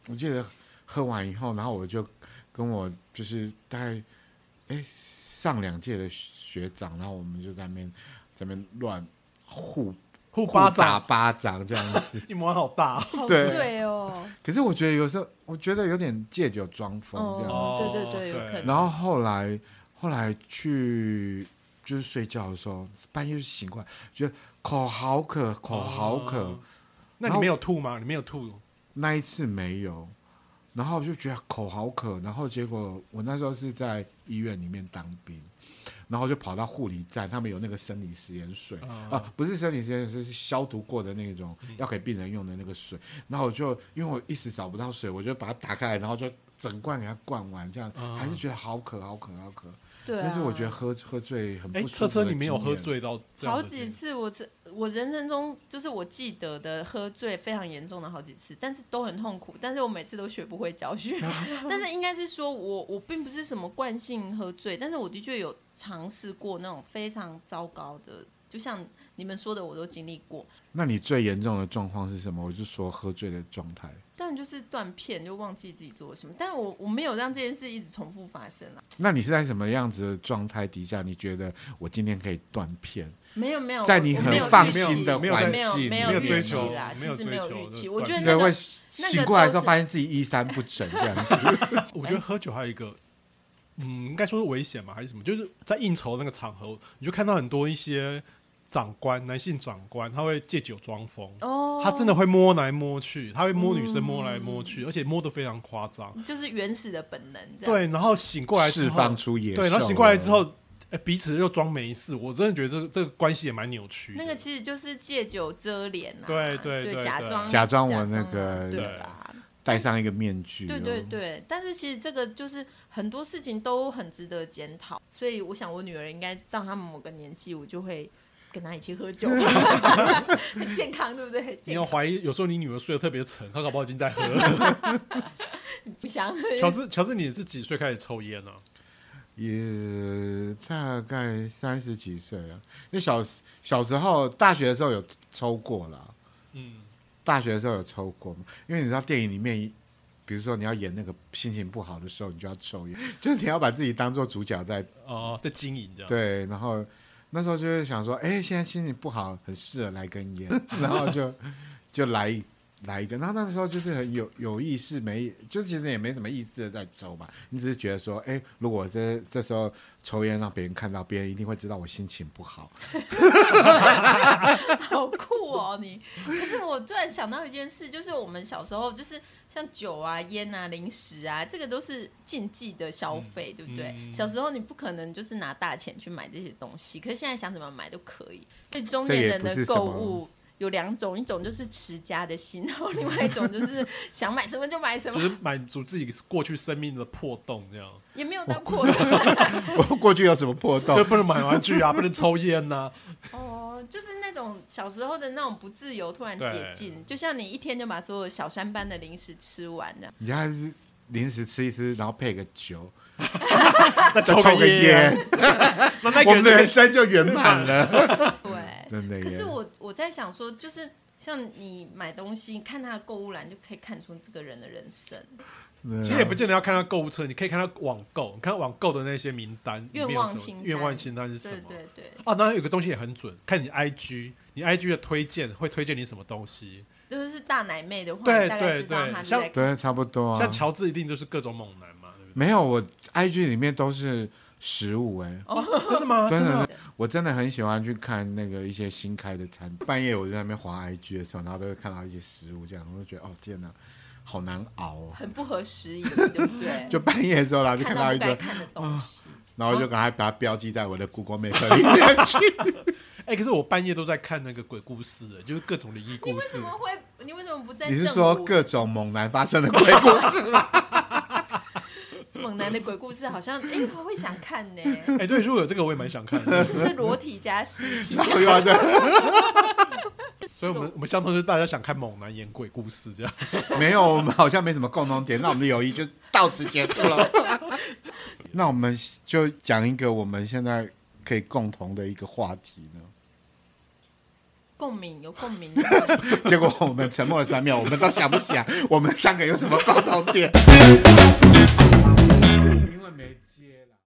Speaker 3: 我记得喝完以后，然后我就跟我就是大概哎上两届的学长，然后我们就在那边在那边乱互
Speaker 2: 互
Speaker 3: 互
Speaker 2: 巴
Speaker 3: 打
Speaker 2: 掌，
Speaker 3: 巴掌这样子。
Speaker 2: 你们玩好大哦
Speaker 1: 好
Speaker 3: 对
Speaker 1: 醉哦，
Speaker 3: 可是我觉得有时候，我觉得有点借酒装疯这样子。
Speaker 1: 哦，对对
Speaker 2: 哦
Speaker 1: 对，有
Speaker 2: 对
Speaker 1: 可能。
Speaker 3: 然后后来后来去就是睡觉的时候，半夜就醒过来，觉得口好渴，口哦好渴。。
Speaker 2: 哦那
Speaker 3: 然
Speaker 2: 你
Speaker 3: 后
Speaker 2: 没有吐吗？你没有吐？
Speaker 3: 那一次没有，然后我就觉得口好渴，然后结果我那时候是在医院里面当兵，然后就跑到护理站，他们有那个生理食盐水
Speaker 2: 啊
Speaker 3: 啊、不是生理食盐水，是消毒过的那种
Speaker 2: 嗯
Speaker 3: 要给病人用的那个水，然后我就因为我一时找不到水，我就把它打开来，然后就整罐给它灌完，这样、
Speaker 2: 嗯
Speaker 3: 还是觉得好渴好渴好渴，
Speaker 1: 对啊，
Speaker 3: 但是我觉得喝喝醉很不
Speaker 2: 哎，
Speaker 3: 舒服。
Speaker 2: 车车，你没有喝？醉到这样
Speaker 1: 好
Speaker 2: 的
Speaker 1: 几
Speaker 2: 经
Speaker 1: 次我这我人生中就是我记得的喝醉非常严重的好几次，但是都很痛苦，但是我每次都学不会教 训。但是应该是说我我并不是什么惯性喝醉，但是我的确有尝试过那种非常糟糕的，就像你们说的，我都经历过。
Speaker 3: 那你最严重的状况是什么？我就说喝醉的状态。
Speaker 1: 但就是断片，就忘记自己做了什么。但我我没有让这件事一直重复发生啊，
Speaker 3: 那你是在什么样子的状态底下？你觉得我今天可以断片？
Speaker 1: 没有没有，
Speaker 3: 在
Speaker 1: 我
Speaker 3: 你
Speaker 1: 我
Speaker 3: 很
Speaker 1: 没有
Speaker 3: 放
Speaker 1: 预期
Speaker 3: 心的
Speaker 1: 没有
Speaker 2: 环
Speaker 1: 没有没
Speaker 3: 境
Speaker 2: 没有
Speaker 1: 预
Speaker 2: 追
Speaker 1: 期
Speaker 2: 求
Speaker 1: 啦，其
Speaker 2: 没有
Speaker 1: 实
Speaker 2: 追
Speaker 1: 没有
Speaker 2: 求
Speaker 1: 预
Speaker 2: 的
Speaker 1: 期。我
Speaker 2: 断
Speaker 1: 觉得
Speaker 3: 你
Speaker 1: 那
Speaker 3: 就
Speaker 1: 个
Speaker 3: 会醒过来之后发现自己衣衫不整这样子。
Speaker 2: 我觉得喝酒还有一个，嗯，应该说是危险嘛，还是什么？就是在应酬那个场合，你就看到很多一些长官，男性长官，他会借酒装疯，
Speaker 1: 哦，
Speaker 2: 他真的会摸来摸去，他会摸女生
Speaker 1: 嗯
Speaker 2: 摸来摸去，而且摸得非常夸张。
Speaker 1: 就是原始的本能，这样
Speaker 2: 对，然后醒过来之
Speaker 3: 释
Speaker 2: 后
Speaker 3: 放出野兽
Speaker 2: 对，然后醒过来之，后，哎彼此又装没事，我真的觉得这个这个关系也蛮扭曲的。
Speaker 1: 那个其实就是借酒遮脸啊，
Speaker 2: 对对
Speaker 1: 对
Speaker 2: 对
Speaker 1: 假
Speaker 2: 对
Speaker 1: 装
Speaker 3: 假装我那个
Speaker 1: 对
Speaker 2: 对
Speaker 1: 吧？
Speaker 3: 戴上一个面具。
Speaker 1: 对
Speaker 3: 哦
Speaker 1: 对。对，但是其实这个就是很多事情都很值得检讨，所以我想我女儿应该到她某个年纪，我就会跟她一起喝酒，很健康对不对？
Speaker 2: 你
Speaker 1: 健
Speaker 2: 要
Speaker 1: 康
Speaker 2: 怀疑，有时候你女儿睡得特别沉，她搞不好已经在 喝了。
Speaker 1: 不想喝
Speaker 2: 乔治，乔治，你是几岁开始抽烟啊呢、
Speaker 3: 也大概三十几岁啊，因为小小时候大学的时候有抽过啦，
Speaker 2: 嗯，
Speaker 3: 大学的时候有抽过嘛，因为你知道电影里面。比如说你要演那个心情不好的时候，你就要抽烟， 就是你要把自己当做主角在
Speaker 2: 哦、在经营这样。
Speaker 3: 对，然后那时候就会想说，哎，现在心情不好，很适合来根 烟，然后就就来一来一根。然后那时候就是很有有意识，没就其实也没什么意思的在抽嘛，你只是觉得说，哎，如果我这这时候抽烟让别人看到，别人一定会知道我心情 不好。
Speaker 1: 好酷哦你！可是我突然想到一件事，就是我们小时候就是像酒啊、烟啊、零食啊，这个都是禁忌的消费，对不对？
Speaker 2: 嗯
Speaker 1: 小时候你不可能就是拿大钱去买这些东西，可是现在想怎么买都可以。所以中年人
Speaker 3: 这也不
Speaker 1: 的
Speaker 3: 是什么
Speaker 1: 购物。有两种，一种就是持家的心，然后另外一种就是想买什么就买什
Speaker 2: 就
Speaker 1: 么，
Speaker 2: 是满足自己过去生命的破洞，这样
Speaker 1: 也没有到扩张。
Speaker 3: 我过去有什么破
Speaker 2: 就
Speaker 3: 洞？
Speaker 2: 不能买玩具 啊，不能抽烟呐、
Speaker 1: 哦，就是那种小时候的那种不自由，突然解
Speaker 2: 对
Speaker 1: 禁，就像你一天就把所有小山班的零食吃完这样。
Speaker 3: 你还是零食吃一吃，然后配个酒，
Speaker 2: 啊，再
Speaker 3: 再
Speaker 2: 抽
Speaker 3: 抽个
Speaker 2: 烟，哎
Speaker 3: 烟，
Speaker 2: 那那个
Speaker 3: 我们的人
Speaker 2: 人
Speaker 3: 生就圆满了。
Speaker 1: 对，
Speaker 3: 真的耶！
Speaker 1: 可是我我在想说，就是像你买东西，你看他的购物栏就可以看出这个人的人生
Speaker 3: 对啊
Speaker 2: 其实也不见得要看他购物车，你可以看他网购，你看网购的那些名单，里面
Speaker 1: 愿望
Speaker 2: 有什么
Speaker 1: 清单
Speaker 2: 愿望清单是什么
Speaker 1: 对？对对
Speaker 2: 哦，那有个东西也很准，看你 IG，你 IG 的推荐会推荐你什么东西？
Speaker 1: 就是大奶妹的话，
Speaker 2: 对
Speaker 1: 你大概
Speaker 2: 对
Speaker 1: 知道
Speaker 2: 对
Speaker 1: 她
Speaker 2: 像
Speaker 1: 在
Speaker 3: 对，差不多啊
Speaker 2: 像。乔治一定就是各种猛男嘛，对不
Speaker 3: 没有，我 IG 里面都是食物哎、
Speaker 2: 对？真的吗？
Speaker 3: 真
Speaker 2: 哦真
Speaker 3: 的
Speaker 2: 的，
Speaker 3: 我真的很喜欢去看那个一些新开的餐。半夜我就在那边滑 IG 的时候，然后都会看到一些食物，这样我就觉得哦天哪，好难熬、哦。
Speaker 1: 很不合时宜，对不对？
Speaker 3: 就半夜的时候，然后 就
Speaker 1: 看
Speaker 3: 看到
Speaker 1: 到
Speaker 3: 一
Speaker 1: 不该
Speaker 3: 个，
Speaker 1: 看的东西，
Speaker 3: 然后就赶快把它标记在我的 Google Map 里面去。
Speaker 2: 哎、可是我半夜都在看那个鬼故事、哎就是各种灵异
Speaker 1: 你
Speaker 2: 故
Speaker 1: 为什
Speaker 2: 事。
Speaker 1: 么会？你为什么不在？
Speaker 3: 你是说各种猛男发生的鬼故事吗？
Speaker 1: 猛男的鬼故事？好像哎，我会想看呢，
Speaker 2: 哎、对，如果有这个我也蛮想 看的，
Speaker 1: 就是裸体加尸体
Speaker 3: 然。后又要在
Speaker 2: 所以我们我们相同就是大家想看猛男演鬼故事这样。
Speaker 3: 没有，我们好像没什么共同点，那我们的友谊就到此结束了。那我们就讲一个我们现在可以共同的一个话题呢。
Speaker 1: 共鸣有共鸣的，
Speaker 3: 结果我们沉默了三秒，我们都想不起来我们三个有什么共同点。